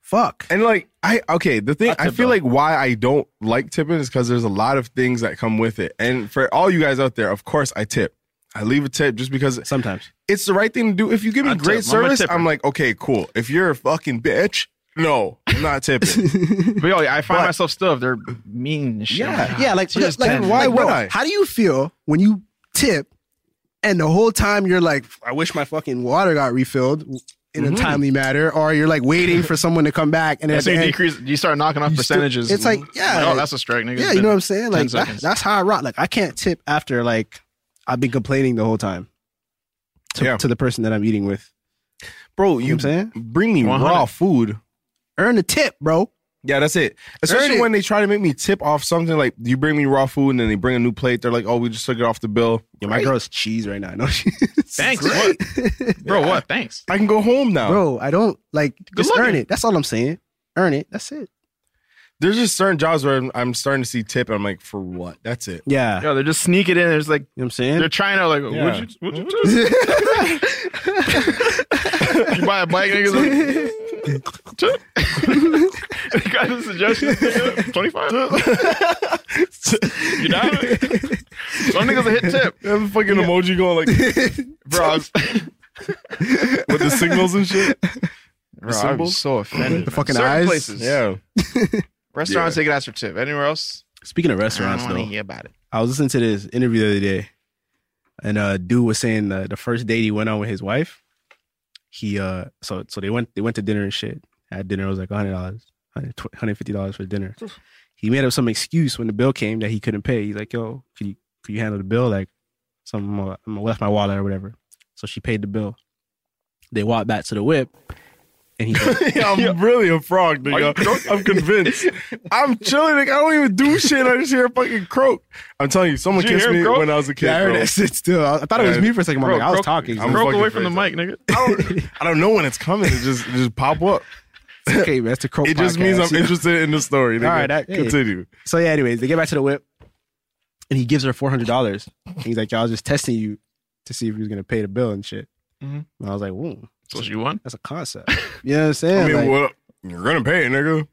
Fuck.
And like I okay, the thing
I
I
tip,
feel
though.
like why I don't like tipping is because there's a lot of things that come with it. And for all you guys out there, of course I tip. I leave a tip just because
Sometimes.
it's the right thing to do. If you give me
I tip. I'm
great
a
service,
tipper.
I'm like, okay, cool. If you're a fucking bitch, no, I'm not tipping.
But yo, I find
But-
myself still if they're mean and shit. I'm like,
Yeah, like,
Just
like,
ten.
why
Like,
would
bro,
I? How do you feel when you tip and the whole time you're like, I wish my fucking water got refilled in
Mm-hmm.
a timely manner, or you're like waiting for someone to come back and
Yeah,
at
so
the
you
end,
decrease, you start knocking off
you still-
percentages.
it's like, yeah,
oh, that's a strike, nigga.
yeah, you know what I'm saying? Like that-
seconds.
that's how I rock. Like I can't tip after like I've been complaining the whole time to,
Yeah.
to the person that I'm eating with.
Bro, you
what I'm saying?
bring me raw
100.
food
Earn a tip, bro.
Yeah, that's it. Especially
it.
when they try to make me tip off something like you bring me raw food and then they bring a new plate. They're like, "Oh, we just took it off the bill."
Yeah, my girl's cheese right now. No,
Thanks. What? Bro, what? Thanks.
I can go home now.
Bro, I don't like just
luck.
earn it. That's all I'm saying. Earn it. That's it.
There's just certain jobs where I'm, I'm starting to see tip, and I'm like, "For what?" That's it.
Yeah. You know
Yo, they're just sneaking in. There's like
what I'm saying?
they're trying to like.
Yeah.
Would you? Would you? you buy a bike, niggas. Like, "Tip." you got a suggestion? Twenty five. you down? Some niggas a hit tip,
They have a fucking emoji going like
bro. I was-
with the signals and shit.
Bro, I'm so offended.
The
man.
fucking
Certain
eyes?
Places.
Yeah.
Restaurants take it as for tip. Anywhere else?
Speaking of
I don't
restaurants,
want to
though,
hear about it.
I was listening to this interview the other day, and uh dude was saying uh, the first date he went on with his wife, he uh so so they went they went to dinner and shit. At dinner it was like hundred dollars, hundred fifty dollars for dinner. He made up some excuse when the bill came that he couldn't pay. He's like, "Yo, could you could you handle the bill? Like, some uh, I left my wallet or whatever." So she paid the bill. They walked back to the whip, and he's like,
Yeah, I'm really a frog, nigga. I'm convinced. I'm chilling. Like, I don't even do shit. I just hear a fucking croak. I'm telling you, someone
Did you
kissed
hear him
me
croak?
when I was a kid.
"Yeah, I heard
bro.
it. Sit still." I, I thought it was
Yeah.
me for a second. I'm like, I was
croak-
talking.
I'm
Broke
fucking
away from the mic,
crazy.
nigga.
I don't know when it's coming. It just it just pop up.
It's okay, man. It's the croak
It just means
podcast.
I'm interested in the story. Nigga.
All right, I- hey.
continue.
So yeah, anyways, they get back to the whip, and he gives her four hundred dollars. He's like, "Yo, I was just testing you to see if you was gonna pay the bill and shit."
Mhm.
And I was like, "Whoa,
So she won.
that's a concept." You know what I'm
Mm-hmm. I
saying?
mean,
Like,
what? You're gonna pay, nigga.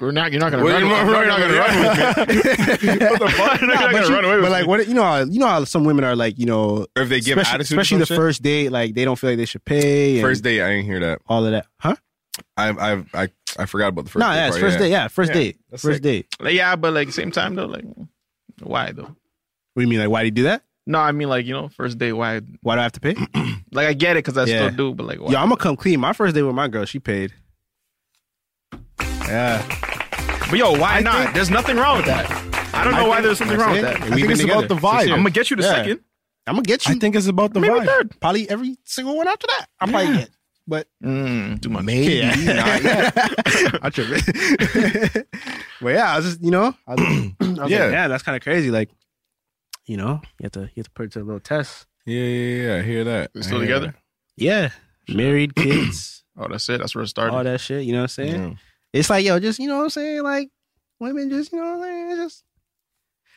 We're not. You're not gonna
Wait,
run.
you're not-
You're not gonna run with me.
what the fuck?
You're not
but
gonna
you-
run away with
but
me.
like, what you know? How, you know how some women are like, you know,
Or if they give
especially,
attitude, or
especially the
some shit?
first date, like they don't feel like they should pay. and
first date, I didn't hear that.
all of that, huh?
I I I I forgot about the first.
No,
date
yeah, it's
part,
first date, yeah, first
Yeah,
date,
that's
first
sick.
date.
Like, yeah, but like same time though, like why though?
What do you mean? Like, why do you do that?
No, I mean like you know, first date. Why?
Why do I have to pay?
Like I get it because I
Yeah.
still do, but like why?
Yo, I'm gonna come clean. My first date with my girl, she paid.
but yo, why not? there's nothing wrong with that. I don't know why there's something wrong with that.
I
We
think
think it's
together.
about the vibe.
I'm gonna get you the
Yeah.
second.
I'm gonna get you.
I think it's about the
Maybe
vibe.
third.
probably every single one after that. I probably get. But
Mm, too much.
Maybe not.
I trip it. but yeah, I was just you know, I was, I was like,
Yeah.
yeah, that's kind of crazy. Like, you know, you have to you have to put it to a little test.
Yeah, yeah, yeah. I hear that.
We're still
I hear
together?
Yeah, married kids,
Oh, that's it. That's where it
all
started.
that shit. You know what I'm
that.
saying? It's like yo, just you know what I'm saying? Like women, just you know what I'm saying? Just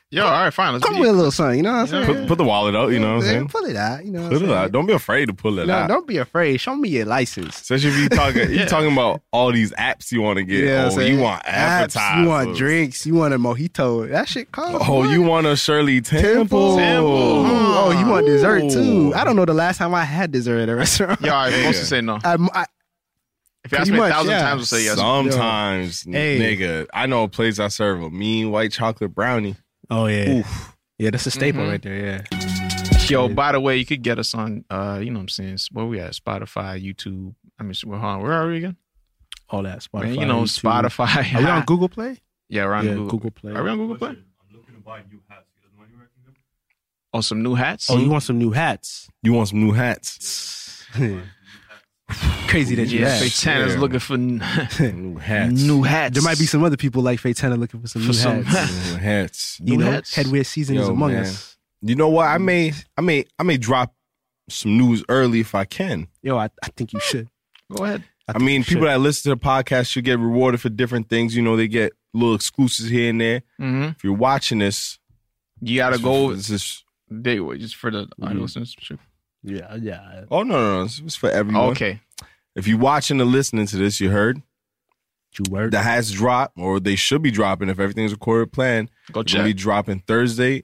Yo, all right, fine. Let's
come
be-
with a little something. You know what I'm
Yeah.
saying?
Put, put the wallet out. You know what I'm saying?
Pull it out. You know. What
Put
I'm
it
saying?
out. Don't be afraid to pull it
No,
out.
don't be afraid. Show me your license.
Especially if you talking, you
Yeah.
talking about all these apps you want to get.
what I'm
oh, you
saying?
want
Apps,
appetizers.
You want drinks. You want a mojito. That shit costs.
Oh,
money.
you want a Shirley Temple?
Temple.
Temple.
Oh, you want dessert too?
Ooh.
I don't know the last time I had dessert at a restaurant.
Yo, I'm supposed to
Yeah.
say no.
I'm- I,
If you ask
pretty
me a
much,
thousand
yeah.
times, I'll say yes.
Sometimes,
Hey.
nigga, I know a place I serve a mean white chocolate brownie.
oh yeah,
Oof.
yeah, that's a staple
Mhm.
right there. Yeah,
Yo, by the way, you could get us on, uh, you know what I'm saying? Where we at? Spotify, YouTube. I mean, where, hold on, where are we again?
all that Spotify.
Man, you know,
YouTube.
Spotify.
Are we on Google Play?
Yeah, we're on
yeah,
Google.
Play.
Are we on Google Play? Oh, some new hats?
oh, you want some new hats?
You want some new hats?
Crazy that you
yeah,
asked.
Satana's
Yeah.
looking for n-
New hats.
new hats.
There might be some other people like Faytana looking for some
For
new
some
hats.
New hats.
You
New
know,
hats.
headwear season is
Yo,
among
man.
us.
You know what? I
Mm.
may, I may, I may drop some news early if I can.
Yo, I, I think you should.
Go ahead.
I,
think
mean,
you should.
people that listen to the podcast should get rewarded for different things. You know, they get little exclusives here and there.
hmm
If you're watching this,
You got to go
This is
date with- just for the
Mm-hmm.
our listeners. Sure.
yeah, yeah.
oh no, no, no, this is for everyone.
Okay.
If you're watching and listening to this, you heard
You word.
the hats drop, or they should be dropping if everything's recorded plan.
Go
They're gonna be
check.
dropping Thursday,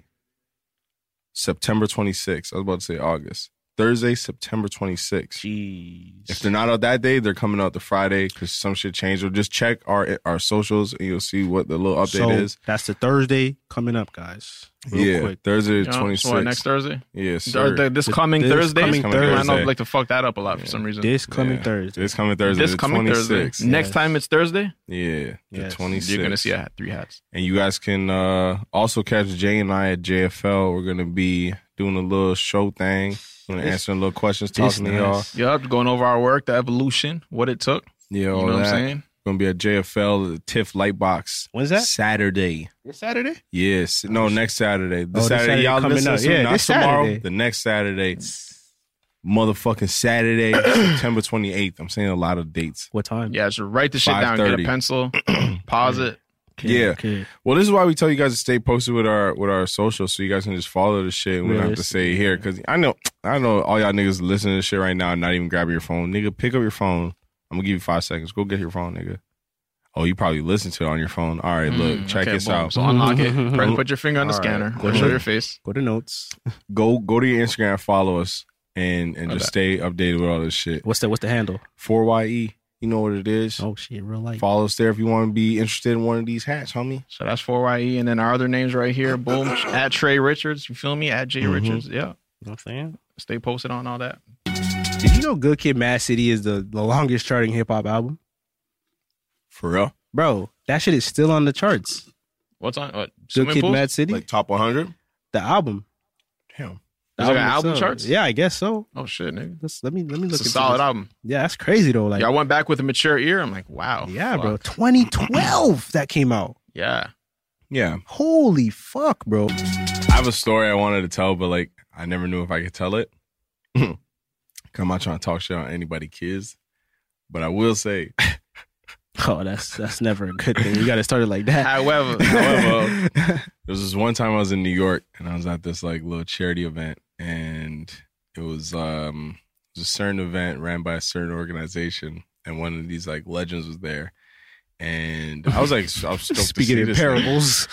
September 26th. I was about to say August. Thursday, September 26th.
Jeez.
If they're not out that day, they're coming out the Friday because some shit changed. Or just check our our socials and you'll see what the little update
so
is.
that's the Thursday coming up, guys. Real
yeah,
quick.
Thursday the
You know,
twenty
so what, next
sixth.
Thursday?
Yes, sir.
Thursday, this coming
this
Thursday?
coming
I know
Thursday.
I'd like to fuck that up a lot for some reason.
This coming
Yeah.
Thursday.
This coming Thursday.
This
the
coming
26th.
Thursday. Next
Yes.
time it's Thursday,
Yeah, the
Yes.
26th.
you're going to see I had three hats.
And you guys can uh, also catch Jay and I at JFL. We're gonna be doing a little show thing. We're gonna answer a little questions,
this
talking to y'all.
nice.
Yup, going over our work, the evolution, what it took.
Yeah,
You
all
know what I'm
that.
saying?
We're gonna be at JFL the TIFF Lightbox.
When's that?
Saturday.
This Saturday?
Yes. No, next Saturday.
Oh,
This
this
Saturday,
Saturday
y'all
coming
listen
up.
to
Yeah,
not
this
tomorrow.
Saturday.
The next Saturday. Motherfucking Saturday, September twenty eighth. I'm saying a lot of dates.
What time?
Yeah, just write the shit down. Get a
5:30.
pencil. pause it.
yeah. Well, this is why we tell you guys to stay posted with our with our social, so you guys can just follow the shit. and We don't have to say it here because I know I know all y'all niggas listening to this shit right now. and Not even grabbing your phone, nigga. Pick up your phone. I'm gonna give you five seconds. Go get your phone, nigga. Oh, you probably listen to it on your phone. All right, look,
Mm,
check
okay,
this
boom.
out.
So unlock it. Press- put your finger on the
All right,
scanner.
go
show
ahead.
your face.
Go to notes.
Go go to your Instagram, follow us, and and
Okay.
just stay updated with all this shit.
What's the what's the handle?
Four YE. You know what it is.
Oh shit, real life.
Follow us there if you want to be interested in one of these hats, homie.
So that's 4YE. And then our other names right here. Boom. at Trey Richards. You feel me? At J
Mhm.
Richards. Yeah.
You know what I'm saying?
Stay posted on all that.
Did you know Good Kid Mad City is the, the longest charting hip hop album?
For real,
Bro, that shit is still on the charts.
What's on? What?
Good
Swimming
Kid
pools?
Mad City?
like top 100.
the album.
Damn.
The
Is it like an album
itself.
charts?
Yeah, I guess so.
Oh, shit, nigga.
Let's, let me let me look
It's a
into
solid
this.
album.
Yeah, that's crazy though. Like
yeah, I went back with a mature ear. I'm like, wow.
Yeah,
fuck.
bro. 2012 that came out.
Yeah.
Yeah.
Holy fuck, bro.
I have a story I wanted to tell, but like I never knew if I could tell it. 'Cause I'm not trying to talk shit on anybody kids, but I will say,
Oh, that's that's never a good thing. You got to start it like that.
However,
however, there was this one time I was in New York and I was at this like little charity event, and it was um it was a certain event ran by a certain organization, and one of these like legends was there, and I was like, I was stoked to
Speaking
see
in
this nigga.
parables,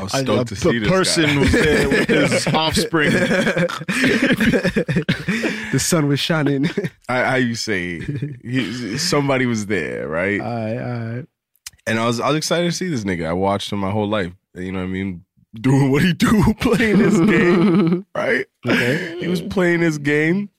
I was
I-
stoked
a
to see
p-
this guy.
person was there with his
offspring.
the sun was shining.
I, how you say he, somebody was there, right?
all right, all right.
and I was I was excited to see this nigga. I watched him my whole life. You know what I mean? Doing what he do, playing his game, right?
Okay.
He was playing his game,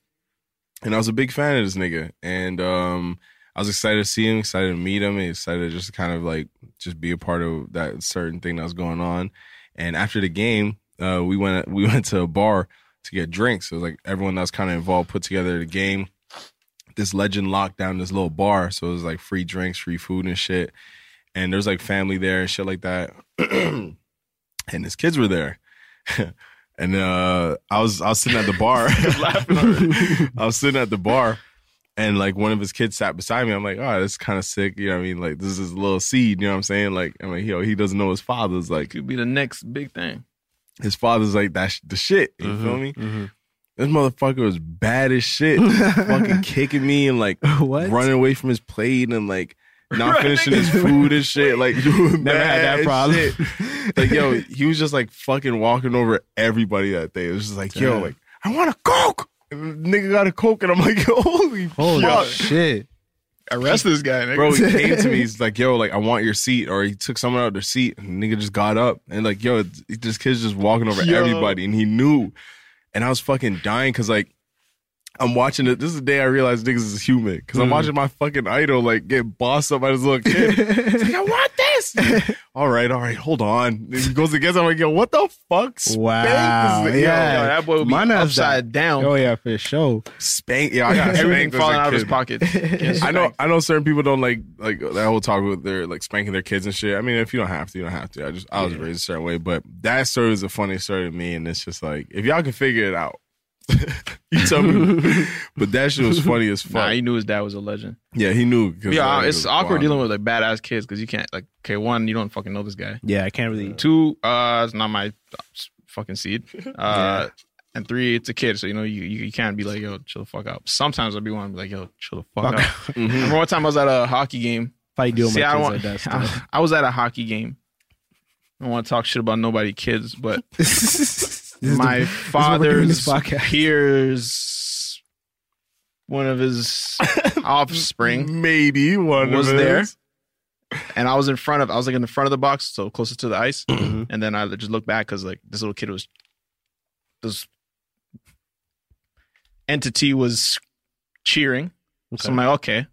and I was a big fan of this nigga. And um, I was excited to see him, excited to meet him, and excited to just kind of like just be a part of that certain thing that was going on. And after the game, uh, we went we went to a bar to get drinks. It was like everyone that was kind of involved put together the game. This legend locked down this little bar, so it was like free drinks, free food, and shit and there's like family there and shit like that. and his kids were there. and uh I was I was sitting at the bar. I was sitting at the bar and like one of his kids sat beside me. I'm like, oh, that's kind of sick. You know what I mean? Like this is a little seed, you know what I'm saying? Like, I mean, yo, he doesn't know his father's like
could be the next big thing.
his father's like that's the shit. You
Mm-hmm,
feel me? This motherfucker was bad as shit. fucking kicking me and like
What?
running away from his plate and like not finishing his food and shit. Like you
Never had that problem.
Like yo, he was just like fucking walking over everybody that day. It was just like yo,
Damn.
like I want a coke. And the nigga got a coke and I'm like holy,
Holy
fuck.
shit!
Arrest this guy, nigga.
Bro, he came to me. He's like, "Yo, like I want your seat," or he took someone out of their seat. And the nigga just got up and like, "Yo, it's- this kid's just walking over
Yo.
everybody," and he knew. And I was fucking dying because like I'm watching it. This is the day I realized niggas is human because
Mm.
I'm watching my fucking idol like get bossed up by this little kid. It's like, I want this. all right, all right, hold on. And he goes against. I'm like, yo, what the fuck? Spank
Wow,
this nigga. Yo,
yeah.
Yo, that boy would be
Mine has
upside down.
Oh yeah, for sure.
spank. Yeah, I got spanked
Everything
as a
falling out of his
kid.
pocket.
I know I know certain people don't like like that whole talk with their like spanking their kids and shit. I mean, if you don't have to, you don't have to. I just I was raised a certain way, but that story is a funny story to me, and it's just like if y'all can figure it out, you tell me. but that shit was funny as fuck.
Nah, he knew his dad was a legend.
yeah, he knew. 'cause,
Yeah,
like, it
it's
was
awkward
wild.
dealing with like badass kids because you can't like. Okay, one, you don't fucking know this guy.
Yeah, I can't really.
Two, uh, it's not my uh, fucking seed. Uh, and three, it's a kid, so you know you, you you can't be like, yo, chill the fuck out. Sometimes I'll be one, be like, yo, chill the fuck, out. Remember one time I was at a hockey game.
If I deal with
See, I
my
don't
kids
want,
like that stuff.
I, I was at a hockey game. I don't want to talk shit about nobody kids, but
This is
my
the- this is what we're doing
father's
this podcast.
peers, one of his offspring,
Maybe one
was
of
there,
us.
and I was in front of. I was like in the front of the box, so closest to the ice,
Mm-hmm.
and then I just looked back because like this little kid was, this entity was cheering. So I'm like, okay.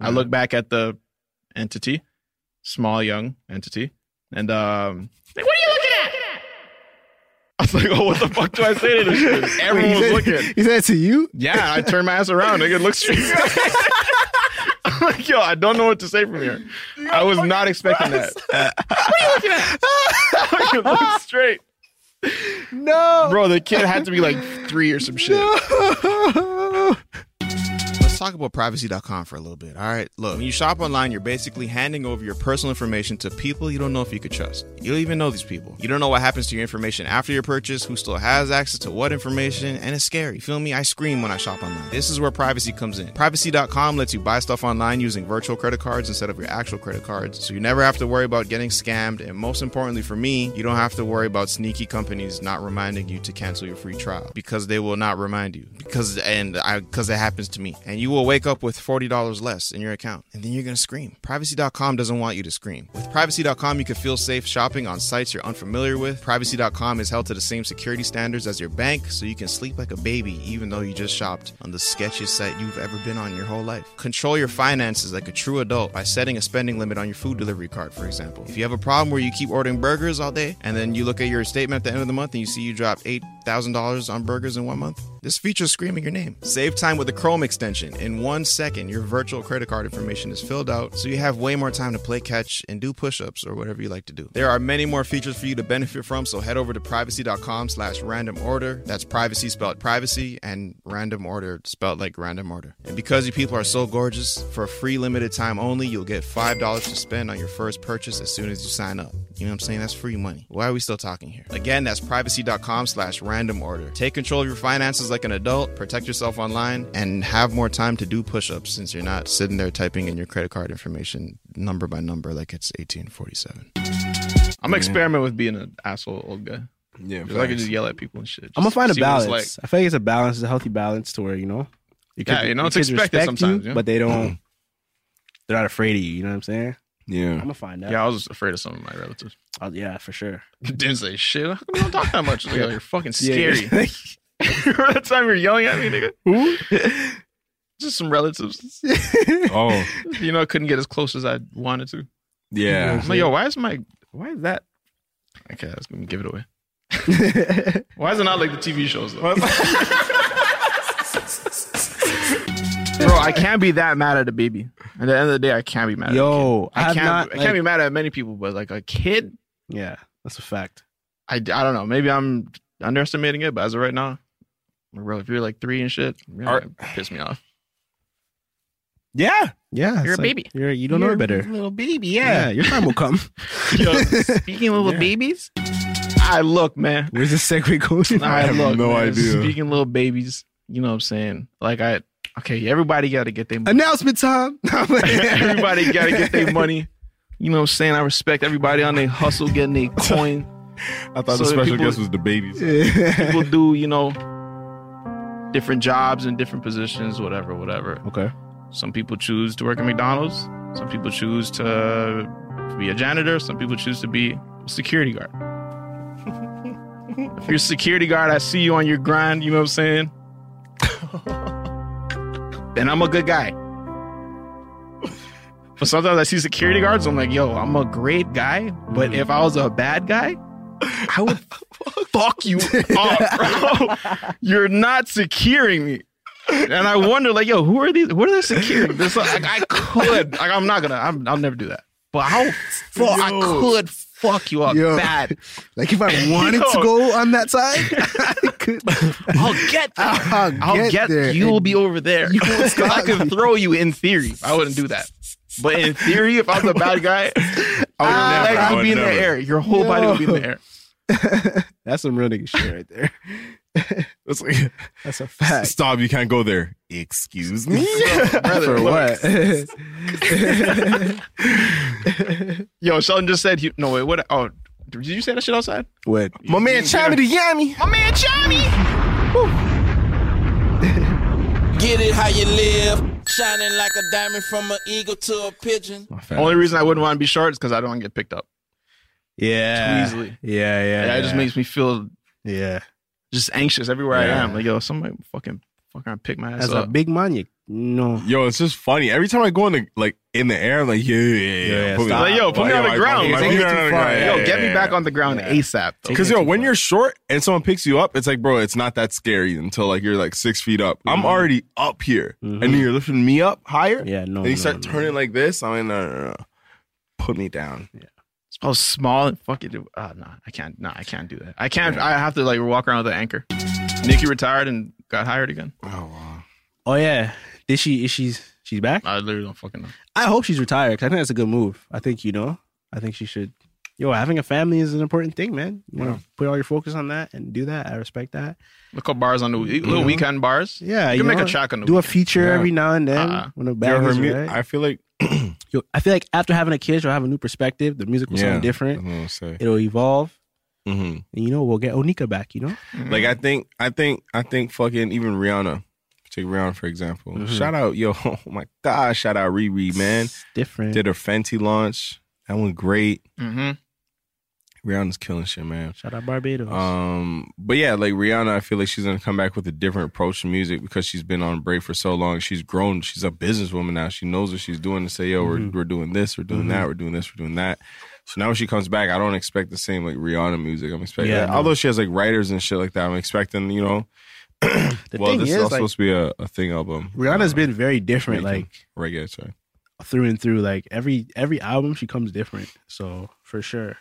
I look back at the entity, small young entity, and um, like, what are you looking at? I was like, oh, what the fuck do I say to this? Shit? Everyone was
Is that-
looking.
Is that to you?
Yeah, I turned my ass around. Nigga, look straight. like, yo, I don't know what to say from here. I was not expecting that. what are you looking at? You look straight. No. Bro, the kid had to be like three or some shit.
Let's talk about privacy.com for a little bit. All right. Look, when you shop online, you're basically handing over your personal information to people you don't know if you could trust. You don't even know these people. You don't know what happens to your information after your purchase, who still has access to what information, and it's scary. Feel me? I scream when I shop online. This is where privacy comes in. Privacy.com lets you buy stuff online using virtual credit cards instead of your actual credit cards, so you never have to worry about getting scammed. And most importantly for me, you don't have to worry about sneaky companies not reminding you to cancel your free trial because they will not remind you because and I because it happens to me. And you will wake up with $40 less in your account and then you're going to scream. Privacy.com doesn't want you to scream. With privacy.com you can feel safe shopping on sites you're unfamiliar with. Privacy.com is held to the same security standards as your bank so you can sleep like a baby even though you just shopped on the sketchiest site you've ever been on your whole life. Control your finances like a true adult by setting a spending limit on your food delivery card, for example. If you have a problem where you keep ordering burgers all day and then you look at your statement at the end of the month and you see you dropped $8,000 on burgers in one month, this feature is screaming your name. Save time with the Chrome extension. In one second, your virtual credit card information is filled out, so you have way more time to play catch and do push-ups or whatever you like to do. There are many more features for you to benefit from, so head over to privacy.com slash random order. That's privacy spelled privacy and random order spelled like random order. And because you people are so gorgeous, for a free limited time only, you'll get $5 to spend on your first purchase as soon as you sign up. You know what I'm saying? That's free money. Why are we still talking here? Again, that's privacy.com slash random order. Take control of your finances like an adult, protect yourself online, and have more time to do push ups since you're not sitting there typing in your credit card information number by number like it's 1847.
I'm experimenting with being an asshole old guy.
Yeah,
Just, I could just yell at people and shit.
I'm gonna
Just
find a
see what it's
balance.
like.
I feel like it's a balance, it's a healthy balance to where you know, your
Yeah,
kid-
you know,
your
it's
kids
expected
respect you,
sometimes, yeah.
but they don't. They're not afraid of you. You know what I'm saying?
Yeah.
I'm gonna find out.
Yeah, I was afraid of some of my relatives.
Oh, yeah, for sure.
Didn't say shit. How come you don't talk that much? Like, yo, you're fucking
Yeah, yeah.
scary. Remember that time you were yelling at me, nigga? Who? Just some relatives.
Oh,
You know, I couldn't get as close as I wanted to.
yeah.
I'm like, yo, why is my why is that? Okay, I was gonna give it away. why is it not like the TV shows though? Bro, I can't be that mad at a baby. At the end of the day, I can't be mad. at a
Yo,
kid. I
have
can't.
not,
I can't be mad at many people, but like a kid,
Yeah, that's a fact.
I, I don't know. Maybe I'm underestimating it, but as of right now, bro, if you're like three and shit, yeah,
Are-
piss me off.
Yeah.
Yeah,
You're
it's
a
like,
baby.
You're you don't know better.
little baby.
Yeah, your time will come.
speaking of little babies, I look, man.
Where's the segue going?
I,
have
look,
no
man.
idea.
Speaking little babies, you know what I'm saying? Like I, okay, everybody got to get their money.
Announcement time.
everybody got to get their money. You know what I'm saying? I respect everybody on their hustle, getting their coin.
I thought
So
the
the
special
people-
guest was the babies.
People do, you know, different jobs and different positions, whatever, whatever.
okay.
Some people choose to work at McDonald's. Some people choose to be a janitor. Some people choose to be a security guard. if you're a security guard, I see you on your grind. You know what I'm saying? then I'm a good guy. But sometimes I see security guards. I'm like, yo, I'm a great guy. But if I was a bad guy, I would fuck you up, bro. You're not securing me. And I wonder, like, yo, who are these? What are they securing? This, like, I could, like, I'm not gonna, I'm, I'll never do that. But how? Fuck, I
Yo.
could fuck you up
Yo.
bad.
Like if I wanted to
Yo.
go on that side, I could.
I'll get there.
I'll
I'll get,
get there.
you.
And
will be over there. I can throw you in theory. I wouldn't do that. But in theory, if I'm the bad guy,
I would never. I
I would
would
Ah, be in the
never.
air. Your whole body would be in the air.
That's some real nigga shit right there.
It's like,
That's a fact.
Stop! You can't go there. Excuse me.
For what?
Yo, Sheldon just said he. No wait, what? Oh, did you say that shit outside?
what?
My man, Chami the Yami.
My man, Johnny.
Get it how you live. Shining like a diamond from an eagle to a pigeon.
Only reason I wouldn't want to be short is because I don't want to get picked up.
Yeah.
Too easily.
Yeah,
Yeah,
yeah.
it just makes me feel
Yeah.
just anxious everywhere I
Yeah.
am. Like yo, somebody fucking fucking pick my ass
That's a
up.
big man. You
No.
Yo, it's just funny. Every time I go in the like in the air, I'm like, yeah, yeah, yeah.
yeah,
put me-
stop. Like, yo, put me on the
my-
ground.
my
Take
feet
it
are
too
on the
far.
ground.
Yo,
Yeah,
get me
yeah,
back
yeah.
on the ground ASAP.
Because yo, when you're short and someone picks you up, it's like, bro, it's not that scary until like you're like six feet up. I'm already up here, and then you're lifting me up higher. Mm-hmm. Yeah, no. And you
no,
start turning like this. I'm like, no, no, no, no. put me down. Yeah.
Oh, small and fucking. Uh, nah, I can't. Nah, I can't do that. I can't. I have to like walk around with an anchor. Nikki retired and got hired again.
Oh wow.
Oh yeah. Did she? Is she's she's back?
I literally don't fucking know.
I hope she's retired. 'cause I think that's a good move. I think you know. I think she should. Yo, having a family is an important thing, man. You want
Yeah.
to put all your focus on that and do that. I respect that.
Look up bars on the little
know?
weekend bars.
Yeah,
you can make
know,
a track on the
Do a
weekend.
feature
Yeah.
every now and then
Uh,
Uh-uh.
when the
Yo,
bag
her
is
mu-
right.
I feel like
Yo, I feel like after having a kid, you'll have a new perspective. The music will
Yeah,
sound different.
that's what I'm saying.
It'll evolve,
Mm-hmm.
and you know we'll get Onika back. You know,
Like I think, I think, I think, fucking even Rihanna. Take Rihanna for example.
Mhm.
Shout out, yo, oh my god, shout out Riri, man.
different.
Did her Fenty launch? That went great.
Mm-hmm.
Rihanna's killing shit, man.
Shout out Barbados.
Um, but yeah, like Rihanna, I feel like she's gonna come back with a different approach to music because she's been on break for so long. She's grown. She's a businesswoman now. She knows what she's doing to say, yo,
Mhm.
we're we're doing this, we're doing
Mhm.
that, we're doing this, we're doing that. So now when she comes back, I don't expect the same like Rihanna music. I'm expecting,
Yeah, I know.
although she has like writers and shit like that. I'm expecting, you know. well,
thing
this is,
is,
all
like-
supposed to be a, a thing album. Uh,
Rihanna's been very different,
making-
like
Reggae, sorry.
through and through. Like every every album, she comes different. So for sure,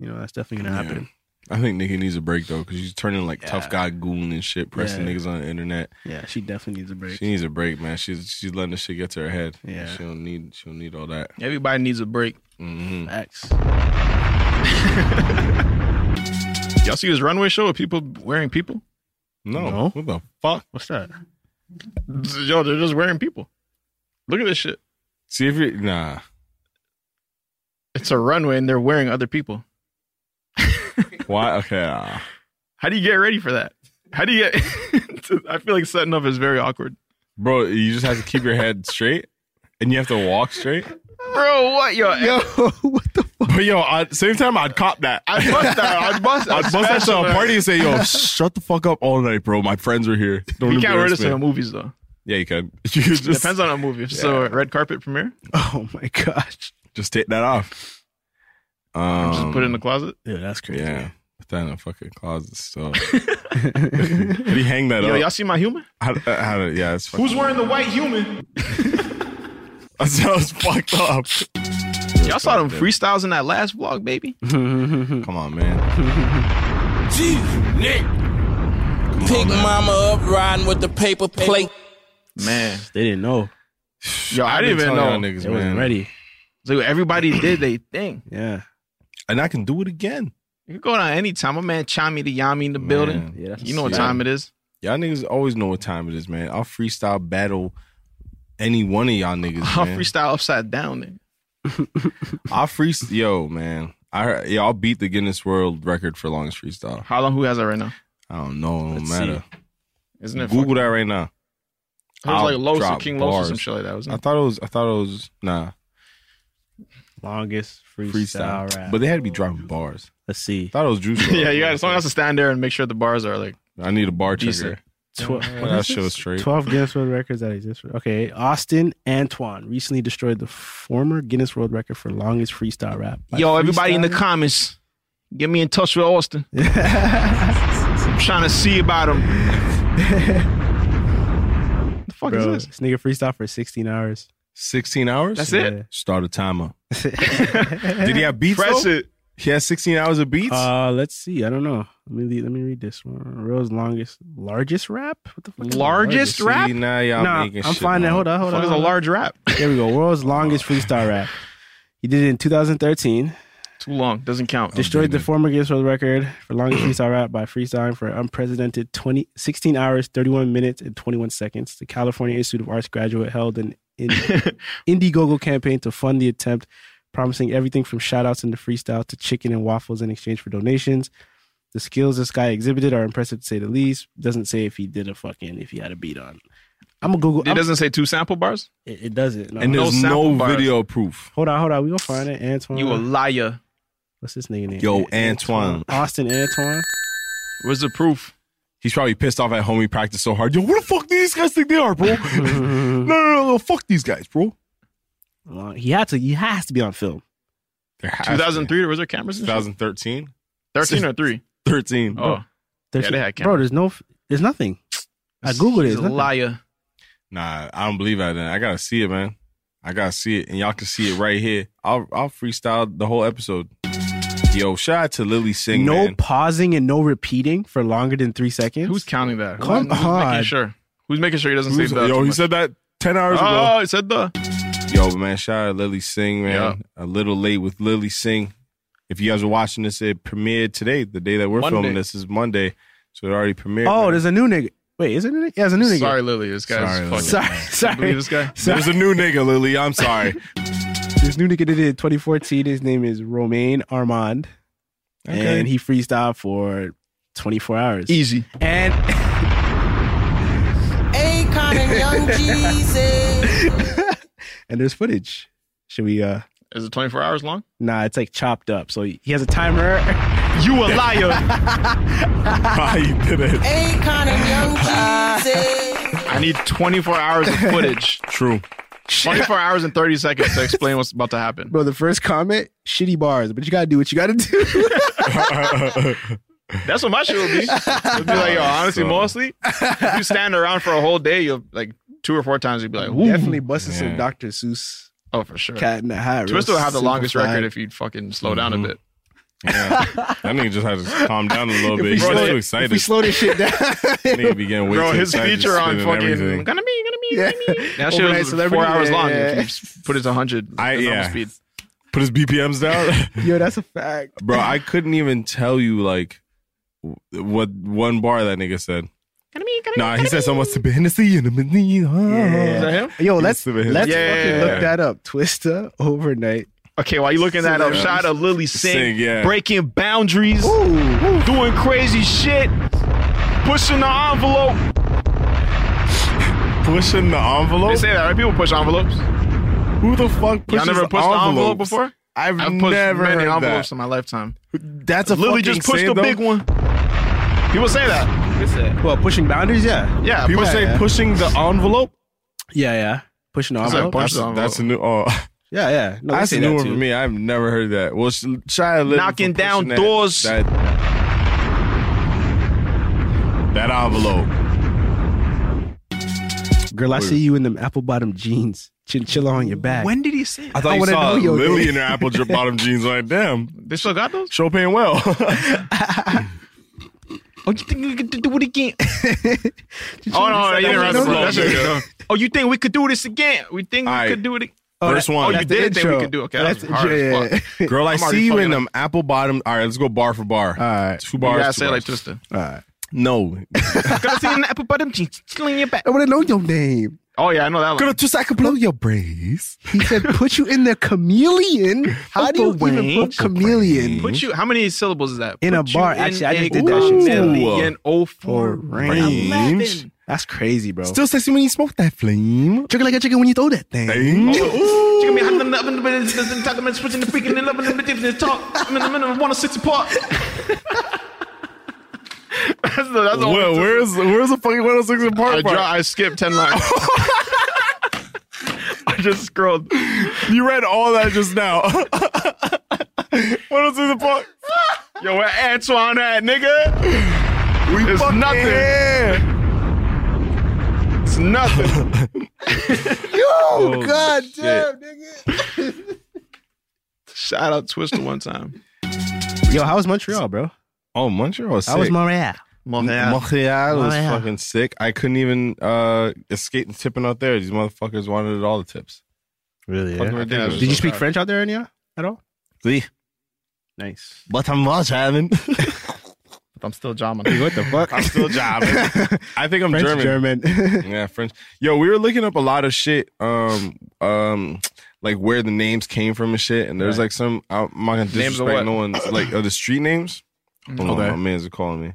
you know that's definitely gonna
Yeah.
happen.
I think Nicki needs a break though, because she's turning like tough guy goon and shit, pressing
Yeah.
niggas on the internet.
Yeah, she definitely needs a break.
She needs a break, man. She's she's letting the shit get to her head.
Yeah.
she don't need she don't need all that.
Everybody needs a break.
Mm-hmm.
Facts.
Y'all see this runway show with people wearing people?
No.
No.
What the fuck?
What's that? Yo, they're just wearing people. Look at this shit.
See if you nah.
It's a runway and they're wearing other people.
Why? Okay. ah.
How do you get ready for that? How do you get? I feel like setting up is very awkward.
bro, you just have to keep your head straight, and you have to walk straight.
Bro, what yo?
But yo, at same time, I'd cop that.
I bust that. I bust.
I'd bust that to
special,
a
man.
party and say, "Yo, shut the fuck up all night, bro. My friends are here. Don't
You can't wear
embarrass
this in
me."
the movies though.
Yeah, you can. You can just
Depends on a movie. So red carpet premiere.
Oh my gosh.
just take that off. Um,
Just put it in the closet.
Yeah, that's crazy.
Yeah, put that in a fucking closet. So, how do you hang that
Yo,
up?
y'all see my human?
How, uh, how do, yeah, it's fucking,
wearing the white human?
that sounds fucked up.
Y'all saw them freestyles in that last vlog, baby.
Come on, man.
Jeez, Nick. Pick mama up riding with the paper plate.
Man,
They didn't know.
yo, I didn't even know.
niggas,
They wasn't ready.
So everybody did their thing.
Yeah.
And I can do it again.
You can go down any time. My man Chami the Yami in the building.
Yeah, that's
You know what
Yeah.
time it is.
Y'all niggas always know what time it is, man. I'll freestyle battle any one of y'all niggas.
I'll
man.
freestyle upside down. Then.
I'll freestyle. Yo, man. I heard, yeah, I'll beat the Guinness World Record for longest freestyle.
How long? Who has it right now?
I don't know. It don't
Let's
matter.
Isn't it?
Google that right now.
It was like
I'll
Los or
drop
King Los or some
bars.
shit like that,
I
wasn't it?
thought it was. I thought it was. Nah,
Longest freestyle,
freestyle.
rap.
But they had to be dropping bars.
Let's
I
see.
thought it was Juice.
yeah, you got someone has to stand there and make sure the bars are like
I need a bar
Decent. Uh,
checker.
Tw-
Yeah, that shit was straight.
12 Guinness World Records that exist. For, okay, Austin Antoine recently destroyed the former Guinness World Record for longest freestyle rap. by
Yo, everybody in the
freestyling-
comments, get me in touch with Austin. I'm trying to see about him. the fuck
Bro,
is this?
this nigga freestyle for 16 hours.
Sixteen hours.
That's
Yeah.
it.
Start a timer. Did he have beats?
Press
though?
it.
He has sixteen hours of beats.
Uh, let's see. I don't know. Let me le- let me read this one. Reel's longest, largest rap. What the fuck? is
Largest
See,
rap?
Nah, y'all
Nah,
making
I'm
shit
finding.
up.
Hold on, hold
Fuck
on.
is a
hold on.
large rap.
There we go. World's longest freestyle rap. He did it in 2013.
Too long. Doesn't count.
Destroyed the
it.
former Guinness World Record for longest freestyle rap by freestyling for an unprecedented 20, 16 hours, 31 minutes, and 21 seconds. The California Institute of Arts graduate held an in, Indiegogo campaign to fund the attempt, promising everything from shout-outs in the freestyle to chicken and waffles in exchange for donations. The skills this guy exhibited are impressive to say the least. Doesn't say if he did a fucking, if he had a beat on. I'm a Google.
It
I'm-
doesn't say two sample bars.
It, it doesn't. No.
And
No
there's
sample
no,
bars.
video proof.
hold on, hold on. We gonna find it. Antoine.
Uh.
You a liar.
What's this nigga name?
Yo,
An- Austin Antoine.
Where's the proof? He's probably pissed off at home. He practiced so hard. Yo, what the fuck do these guys think they are, bro? no, no, no, no, fuck these guys, bro.
Well, he had to. He has to be on film.
There has to be.
2003, was there cameras? and shit?
2013.
13 or 3?
13.
Oh.
There's,
Yeah, they had
bro,
cameras.
there's no. There's nothing. I googled
He's
it.
a
liar.
Nah, I don't believe that. I gotta see it, man. I gotta see it, and y'all can see it right here. I'll I'll freestyle the whole episode. Yo, shout out to Lily Singh.
no
man.
pausing and no repeating for longer than three seconds. Who's
counting that?
Come
Who's
on.
Making sure. Who's making sure he doesn't
Who's-
say that?
yo, he said that ten hours
Oh,
ago.
he said the.
Ah. Yo, man, shout out to Lily Singh, man. A little late with Lily Singh. If you guys are watching this, it premiered today. The day that we're
Monday.
filming this is Monday, so it already premiered.
Oh,
man.
there's a new nigga. Wait, is it? a new nigga? Yeah, it's a new nigga.
Sorry, Lily. This guy's
Sorry,
fucking.
Lily.
Sorry, sorry.
believe this guy?
There's a new nigga, Lily. I'm sorry.
This new nigga that did it in 2014. His name is Romain Armand,
Okay.
and he freestyled for 24 hours.
Easy.
And
Akon and Young Jesus.
and there's footage. Should we? uh
Is it 24 hours long?
Nah, it's like chopped up. So he has a timer.
You a liar.
you did it.
Akon and Young Jesus.
I need 24 hours of footage.
True.
24 hours and 30 seconds to explain what's about to happen.
Bro, the first comment, shitty bars, but you gotta do what you gotta do.
That's what my shit would be. It'd be like, yo, honestly,
So-
mostly, if you stand around for a whole day, you'll like two or four times, you'd be like, Ooh.
Definitely busting some
Yeah.
Dr. Seuss
Oh, for sure.
cat in the hat. real
Twister would have the
simple
longest
fly.
record if you'd fucking slow down
Mm-hmm.
a bit.
Yeah. That nigga just had to calm down a little
If
bit.
we
He's
slow-
too
If
excited.
we slow this shit down,
nigga be getting way
Bro,
too
his
excited,
feature on
spinning
fucking
everything.
gonna be gonna be
Yeah.
that shit
Overnight
was four
celebrity,
hours
yeah,
long.
yeah,
If
yeah.
you just put it to hundred,
I-
it's normal
yeah.
speed.
Put his BPMs down.
Yo, that's a fact.
Bro, I couldn't even tell you like w- what one bar that nigga said. Nah, he said so much to Hennessy and the
Uh-huh.
Yeah.
Yeah.
Yo, let's
He was
let's
Yeah, yeah,
fucking
yeah,
look
yeah.
that up. Twister overnight.
Okay, while you looking that up, shout out Lily Singh,
Singh, yeah.
breaking boundaries, doing crazy shit, pushing the envelope.
Pushing the
They
envelope.
say that right? People push envelopes.
Who the fuck pushes
Y'all never pushed
envelopes?
an envelope before?
I've,
I've pushed
never
many
heard
envelopes
that.
in my lifetime.
That's a
Lily
fucking
just pushed
saying,
the
though?
big one. People say that.
Well, pushing boundaries, yeah.
Yeah,
People say
yeah.
pushing the envelope.
Yeah, yeah. Pushing the
It's
envelope.
Push
That's,
the envelope.
that's a new. Oh,
yeah, yeah. No, they
that's
say
a new
that
one
too.
for me. I've never heard that. Well, sh- try a little
Knocking
for
down
pushing that-
doors.
That, that envelope.
Girl, I see you in them apple bottom jeans. Chinchilla on your back.
When did he say? that?
I thought
I
you
wanna
saw
know your
Lily
name.
in her apple drip bottom jeans. Like, damn,
They still got those?
show paying well.
Oh, you think we could do it again? oh no, you
one.
didn't
No,
run the flow.
no,
That's
no,
it.
no.
Oh, you think we could do this again? We think we
Alright.
could do it. ag-
Verse
that-
one.
Oh, you
That's
the
did think we
intro.
could do. Okay, that's
That's-
hard
yeah,
as
yeah,
fuck.
Girl, I
I'm already
see you
fucking
in
up.
them apple bottom. All right, let's go bar for bar.
All right.
Two
You
bars.
gotta
two
say it
bars.
like Twister.
All right.
No.
Gotta see an apple bottom jeans, chilling your back.
I want to know your name.
Oh yeah, I know that
Girl,
one.
just I could blow your brains.
He said, "Put you in the chameleon." How do you even put chameleon?
Put you. How many syllables is that?
In a
Put you
bar. Actually, I
a
just did that shit.
Million oh four
range.
range.
That's crazy, bro.
Still sexy when you smoke that flame.
chicken like a chicken when you throw that thing.
Chicken me hot and up and the talking about switching the freaking and loving the different talk. I'm in the middle of one or six apart. That's the that's the
Well,
only two-
where's where's the fucking 106 and
I,
part
dro-
part?
I skipped ten lines. I just scrolled.
You read all that just now. 106 and part.
Yo, where Antoine at, nigga?
We
It's
fucking
nothing.
here.
It's nothing.
Oh, god damn, nigga.
Shout out Twister one time.
Yo, how was Montreal, bro?
Oh, Montreal was sick.
How was Montreal?
Montreal was
Montreal.
fucking sick. I couldn't even uh, escape the tipping out there. These motherfuckers wanted all the tips.
Really?
Fucking ridiculous.
Did you speak French out there, Anya? At all?
See
Nice.
what I'm not having?
But I'm still jamming.
What the fuck?
I'm still jobbing. I think I'm
French
German.
German.
Yeah, French. Yo, we were looking up a lot of shit. Um, um, like where the names came from and shit. And there's like some. I'm not gonna
Names of
disrespect
what? Mm.
no one's like of the street names. Hold on,
Okay.
my man's calling me.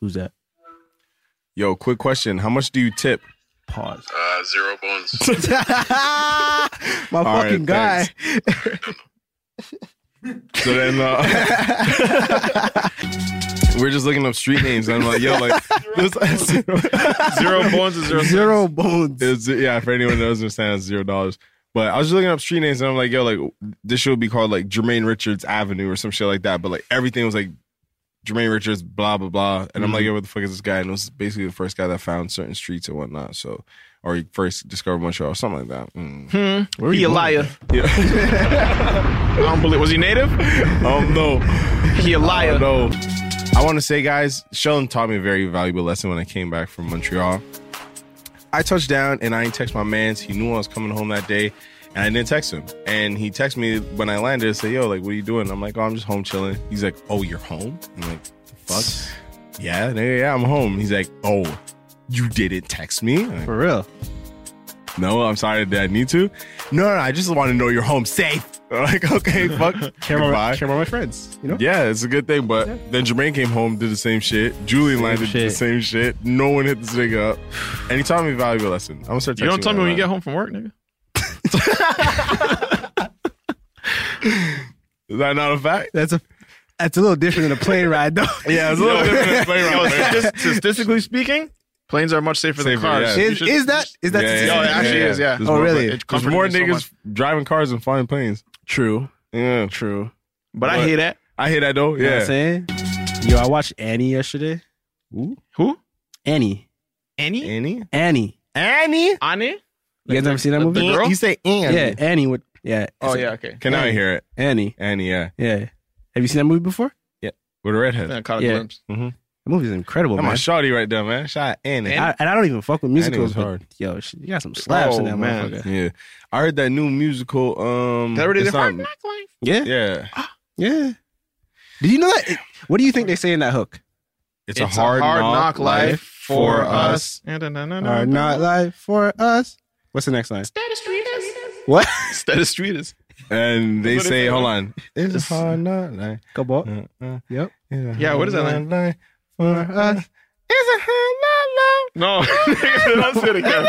Who's that?
Yo, quick question: How much do you tip?
Pause.
Uh, zero bones.
My
right,
fucking guy.
So then, uh, We're just looking up street names. And I'm like, yo, like this- zero bones is zero
zero bones.
It's, yeah, for anyone that doesn't understand, it's zero dollars. But I was just looking up street names and I'm like, yo, like this should be called like Jermaine Richards Avenue or some shit like that. But like everything was like Jermaine Richards, blah blah blah. And I'm like, yo, what the fuck is this guy? And it was basically the first guy that found certain streets and whatnot. So or he first discovered Montreal or something like that. Mm.
Hmm.
Where are
he
you
a
going?
liar.
I don't believe. Was he native? Um, no.
He a liar.
No. I want to say, guys, Sheldon taught me a very valuable lesson when I came back from Montreal. I touched down and I didn't text my man's. He knew I was coming home that day, and I didn't text him. And he texted me when I landed and said, "Yo, like, what are you doing?" I'm like, "Oh, I'm just home chilling." He's like, "Oh, you're home?" I'm like, "The fuck." Yeah, nigga, yeah, I'm home. He's like, "Oh, you didn't text me for real?" No, I'm sorry. Did I need to? No, no, no I just want to know you're home safe. Like, okay, fuck.
Care about,
Goodbye.
my- care about my friends. You know?
Yeah, it's a good thing. But then Jermaine came home, did the same shit. Julian
Same
landed did the
shit.
same shit. No one hit this nigga up, and he taught me a valuable lesson. I'm gonna start.
You don't
texting
tell me
him
when you
that.
get home from work, nigga.
Is that not a fact?
That's a that's a little different than a plane ride, though.
Yeah, it's a little different than a plane ride, man.
Yo, st- Statistically speaking, planes are much safer than
Safer,
cars.
yeah.
You
Is-
should-
is that- is that
Yeah,
statistically-
yeah, it actually
Yeah, Oh,
is. Yeah.
There's more-
really?
There's
It comforted
more
me so
niggas
much.
driving cars than flying planes.
True.
Yeah,
true.
But I hear that.
I hear that though.
You know what
Yeah,
I'm saying? Yo, I watched Annie yesterday.
Who?
Annie.
Annie.
Annie.
Annie.
Annie.
Annie.
You guys ever seen that
the-
movie?
the girl? You say Annie.
Yeah, Annie with yeah.
Oh
It's
yeah.
like-
Okay.
Can I
Annie.
hear it?
Annie.
Annie. Yeah.
Yeah. Have you seen that movie before?
Yeah. With a redhead.
Yeah, I caught a
Yeah.
glimpse.
Mm-hmm.
That movie's incredible,
I'm a
man.
shawty right there, man. Shot Annie.
And I, and I don't even fuck with musicals.
was
but
hard.
Yo, she, you got some slaps in
Oh,
that
man.
motherfucker.
Yeah. I heard that new musical. Um,
That already
it's
did
not-
Yeah,
Yeah.
yeah. Did you know that? it- what do you think they say in that hook?
It's, a hard, knock, life, for
uh,
us.
Are not life for us. What's the next line? What?
Statistics.
uh, And they
What is
say,
that?
hold on. It's a
It's-
hard knock life.
Come on.
Uh, uh,
Yep.
it's a
Yeah, what is that
hard knock life
line? Uh,
for us. It's a hard
No, that's it again.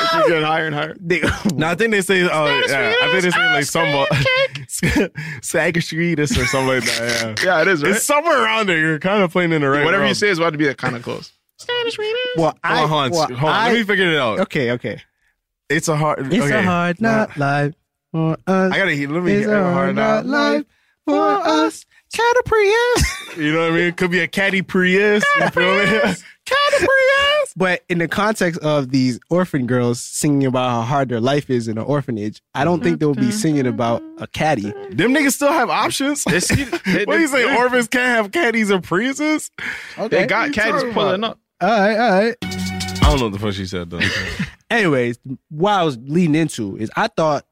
It's getting higher and higher.
knock life. No, I think Uh-uh. they say, oh, yeah, I think they say like somewhat. Sag Street or something like that. Yeah.
Yeah, it is. Right?
It's somewhere around there. You're kind of playing in the right
Whatever you
realm.
say is about to be that kind of close.
Well, I.
Hold on, hold
well,
on. Hold on.
I-
Let me figure it out.
okay, okay.
It's a hard.
It's
okay.
a hard not life for us.
I gotta hear. Let me
it's
hear
a
a hard knock life.
for us. Cat a Prius.
You know what I mean? It could be a catty Prius. You feel me?
But in the context of these orphan girls singing about how hard their life is in an orphanage, I don't think they'll be singing about a caddy.
Them niggas still have options.
They see- they-
what do you say?
they-
Orphans can't have caddies or Priuses?
They got caddies
talking
pulling up.
All right, all right.
I don't know what the fuck she said though.
Anyways, what I was leading into is I thought,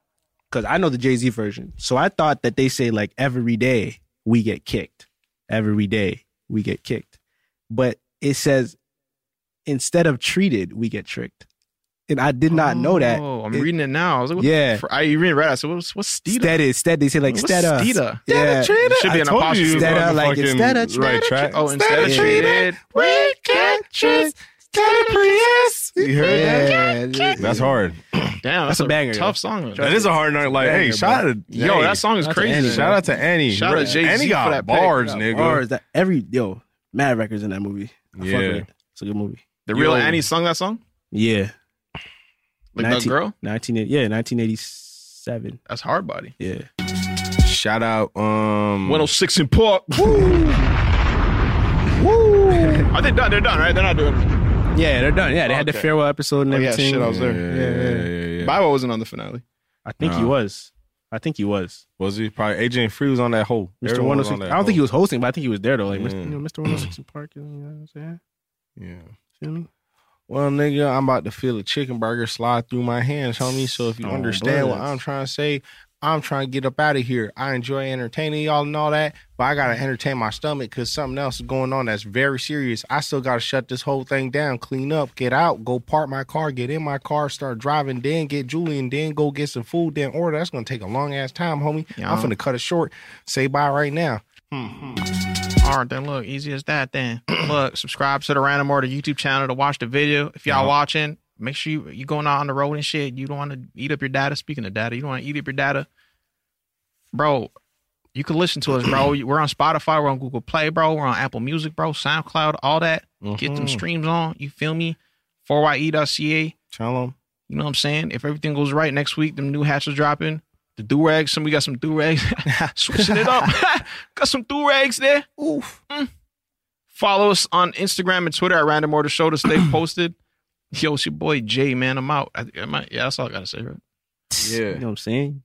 because I know the Jay Z version, so I thought that they say like every day we get kicked, every day we get kicked, but it says instead of treated we get tricked, and I did not know that.
Oh, I'm
It-
reading it now. I was like, what
Yeah.
The, I you reading it right. I said, what's what's Stida?
Stead is stead. They say like
What's
stead up.
Stida?
Yeah.
It should be
I
an
told you
apostrophe.
you was
Instead
on
of,
the
like,
fucking
instead of-
right track.
Oh, instead of
Yeah.
treated,
We get tricked.
Instead of Prius. You heard
Yeah.
that? That's hard.
Damn, that's,
a banger, yo.
Tough song.
That is a hard night. Like, hey,
Banger,
shout out,
Yo,
hey,
that song is
That's
crazy.
Annie,
Shout out to Annie.
Shout out to Jay-Z
Annie
for
got
that pick.
bars, nigga.
Or is that every yo mad records in that movie? I fuck
Yeah.
with it. It's a good movie.
The real
Yo.
Annie sung that song.
Yeah.
Like the girl.
1980, yeah, 1987.
That's hard body.
Yeah.
Shout out, um,
106 in Park. I think done. They're done, right? They're not doing it.
Yeah, they're done. Yeah, they had the
Okay.
farewell episode and
Oh, yeah,
everything.
shit, I was
Yeah,
there.
yeah, yeah, yeah, yeah.
Bible wasn't on the finale.
I think he
Nah.
was. I think he was.
Was he probably Adrian Free was on that hole?
Mr.
Everyone was
106.
on
I
that
don't think he
hole.
was hosting, but I think he was there though. Like Mr.
Oh. Yeah.
You know, Mr. 106 in Park. You know what I'm saying?
Yeah.
Feel me?
Well, nigga, I'm about to feel a chicken burger slide through my hands, homie. So if you
Oh,
understand what
bless.
I'm trying to say, I'm trying to get up out of here. I enjoy entertaining y'all and all that, but I gotta entertain my stomach because something else is going on that's very serious. I still gotta shut this whole thing down, clean up, get out, go park my car, get in my car, start driving, then get Julian, then go get some food, then order. That's gonna take a long ass time, homie. I'm
Yeah.
finna cut it short. Say bye right now.
All right, then look, easy as that. Then look, subscribe to the Random Order YouTube channel to watch the video. If y'all watching, make sure you you going out on the road and shit. You don't want to eat up your data. Speaking of data, you don't want to eat up your data, bro. You can listen to us, bro. We're on Spotify. We're on Google Play, bro. We're on Apple Music, bro. SoundCloud, all that. Get them
Mhm.
streams on. You feel me? E 4ye.ca.
Tell them.
You know what I'm saying? If everything goes right next week, them new hats are dropping. The do rags. Some we got some do rags. Switching it up. got some do rags there. Oof. Mm. Follow us on Instagram and Twitter at Random Order Show to stay posted. Yo, it's your boy Jay, man. I'm out. I, am I, yeah, that's all I gotta say, right?
Yeah. You know what I'm saying?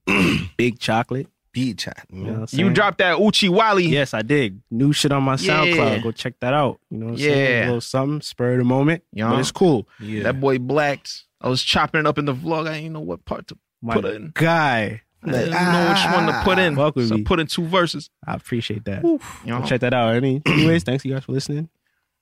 Big chocolate. Big chocolate. You, know what I'm
You
saying?
dropped that Uchi Wally.
Yes, I did. New shit on my
Yeah.
SoundCloud. Go check that out. You know what I'm
Yeah.
saying? A little something, spur of the moment.
Yeah.
But it's cool.
That boy blacked. I was chopping it up in the vlog. I didn't know what part to
My
put in.
guy.
I didn't know which one to put in.
Fuck with
So
me.
put in two verses.
I appreciate that.
You know?
Go check that out. I mean, anyways, thanks you guys for listening.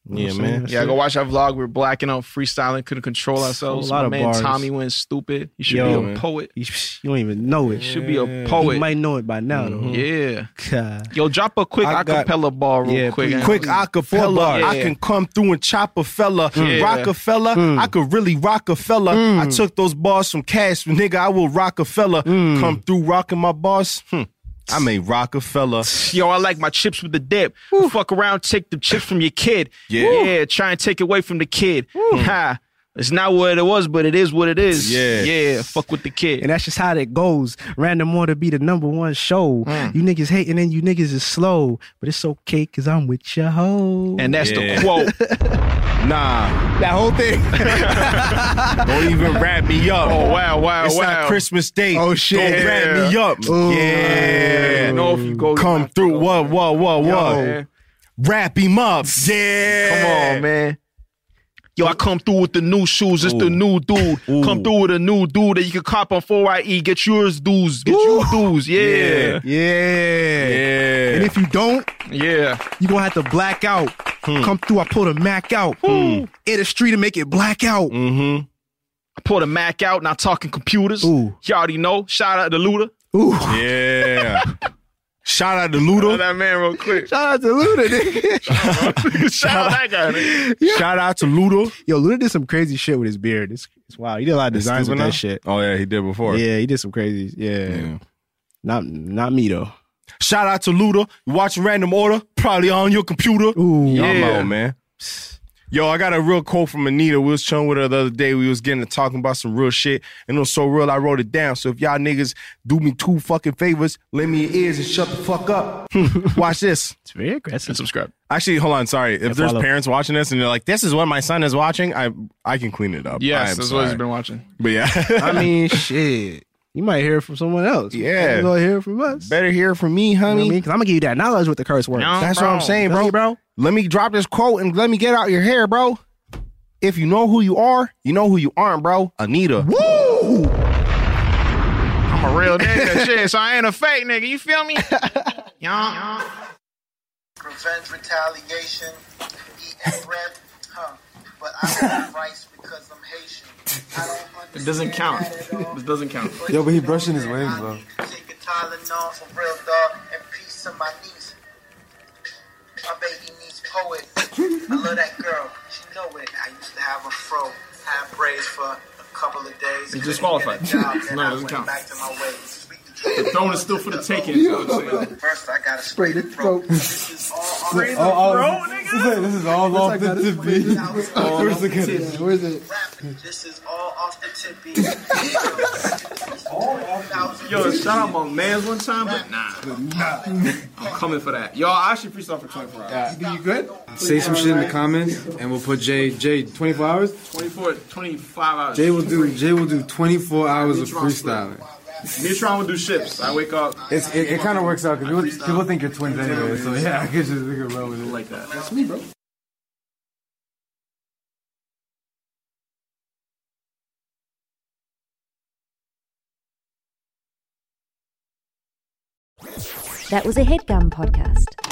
You know what I'm saying? That's
Yeah,
it.
go watch that vlog. We We're blacking out, freestyling, couldn't control ourselves.
A lot
My
of
man
bars.
Tommy went stupid. He should
Yo.
be a poet.
You, you don't even know it.
Should be a poet.
You might know it by now. though.
Yeah.
God.
Mm-hmm. Yo, drop a quick
I got-
acapella ball real
Yeah,
quick.
please.
Quick acapella,
Yeah.
I can come through and chop a fella,
Yeah.
Rockefeller.
Hmm.
I could really Rockefeller. I took those bars from Cash, but nigga, I will Rockefeller. Come through rocking my bars. Hmm. I'm a Rockefeller.
Yo, I like my chips with the dip. Fuck around, take the chips from your kid.
Yeah.
yeah try and take it away from the kid. Ha. It's not what it was, but it is what it is.
Yeah.
Yeah, fuck with the kid.
And that's just how that goes. Random Order be the number one show. You niggas hating and you niggas is slow, but it's okay because I'm with your hoe.
And that's
Yeah.
the quote.
Nah,
that whole thing.
don't even wrap me up.
Oh, wow, wow,
it's
wow.
not Christmas Day.
Oh, shit.
Don't wrap me up. Yeah,
You know if you go
come through. Whoa, whoa, whoa,
Yo,
whoa.
man.
Wrap him up. Yeah,
Come on, man. Yo, I come through with the new shoes. It's the new dude. Come through with a new dude that you can cop on 4IE. Get yours, dudes. Get your dudes. Yeah.
Yeah.
Yeah.
And if you don't,
Yeah.
you gonna have to black out. Come through, I pull the Mac out. In the street and make it black out.
Mm-hmm.
I pulled a Mac out, not talking computers.
Ooh.
You already know. Shout out to Luda.
Ooh.
Yeah. Shout out to
Tell
Luda.
that man real quick.
Shout out to Luda. nigga.
Shout out that guy. nigga.
Shout out to Luda.
Yo, Luda did some crazy shit with his beard. It's, it's wild. He did a lot of designs with that shit.
Oh yeah, he did before.
Yeah, he did some crazy. Yeah. Not not me though.
Shout out to Luda. You watching Random Order? Probably on your computer.
Ooh.
Yo, I'm
Yeah.
out, man. Yo, I got a real quote from Anita. We was chilling with her the other day. We was getting to talking about some real shit, and it was so real. I wrote it down. So if y'all niggas do me two fucking favors, lend me your ears and shut the fuck up. Watch this.
It's very aggressive.
Subscribe.
Actually, hold on. Sorry. If there's
follow.
parents watching this and they're like, "This is what my son is watching," I I can clean it up. I am
Yes, that's what he's
sorry.
been watching.
But yeah,
I mean, shit. You might hear it from someone else.
Yeah.
You gonna hear it from us.
better hear from me,
You know what I
honey.
mean? Cause I'm gonna give you that knowledge with the curse word.
No,
That's what I'm
bro.
saying, bro. bro. Let me drop this quote and let me get out your hair, bro. If you know who you are, you know who you aren't, bro. Anita.
I'm a real nigga. shit, so I ain't a fake nigga. You feel me? Y'all.
revenge, retaliation, eating bread, huh? But I don't rice because I'm Haitian. I don't understand
It doesn't count.
that at all.
This doesn't count.
Yo,
but he brushing his wings, bro.
Take a Tylenol for real, dog, and peace to my niece. My baby niece, poet. I love that girl. She know it. I used to have a fro, had braids for a couple of days.
It's disqualified.
Couldn't get a job, then
No, it
I
doesn't
went
count.
Back to my ways.
The throne is still for the taking. is what I'm saying.
First, I gotta spray the throat. This is all
This is all-
Oh,
all- This is all off the tip. Where's the cut? Where's it?
This is all off the tippy. all off
Yo, shout out
my man's one time, but nah. I'm coming for that. Y'all, I should freestyle for 24 hours.
You good? Say some shit in the comments, and we'll put Jay. Jay, 24 hours.
24, 25 hours.
Jay will do. Jay will do 24 hours of freestyling.
Neutron will do shifts. I wake up.
It's, it it kind of works out because people, people think you're twins anyway. So yeah, I could just think of roll with it like that.
That's me, bro.
That was a headgum podcast.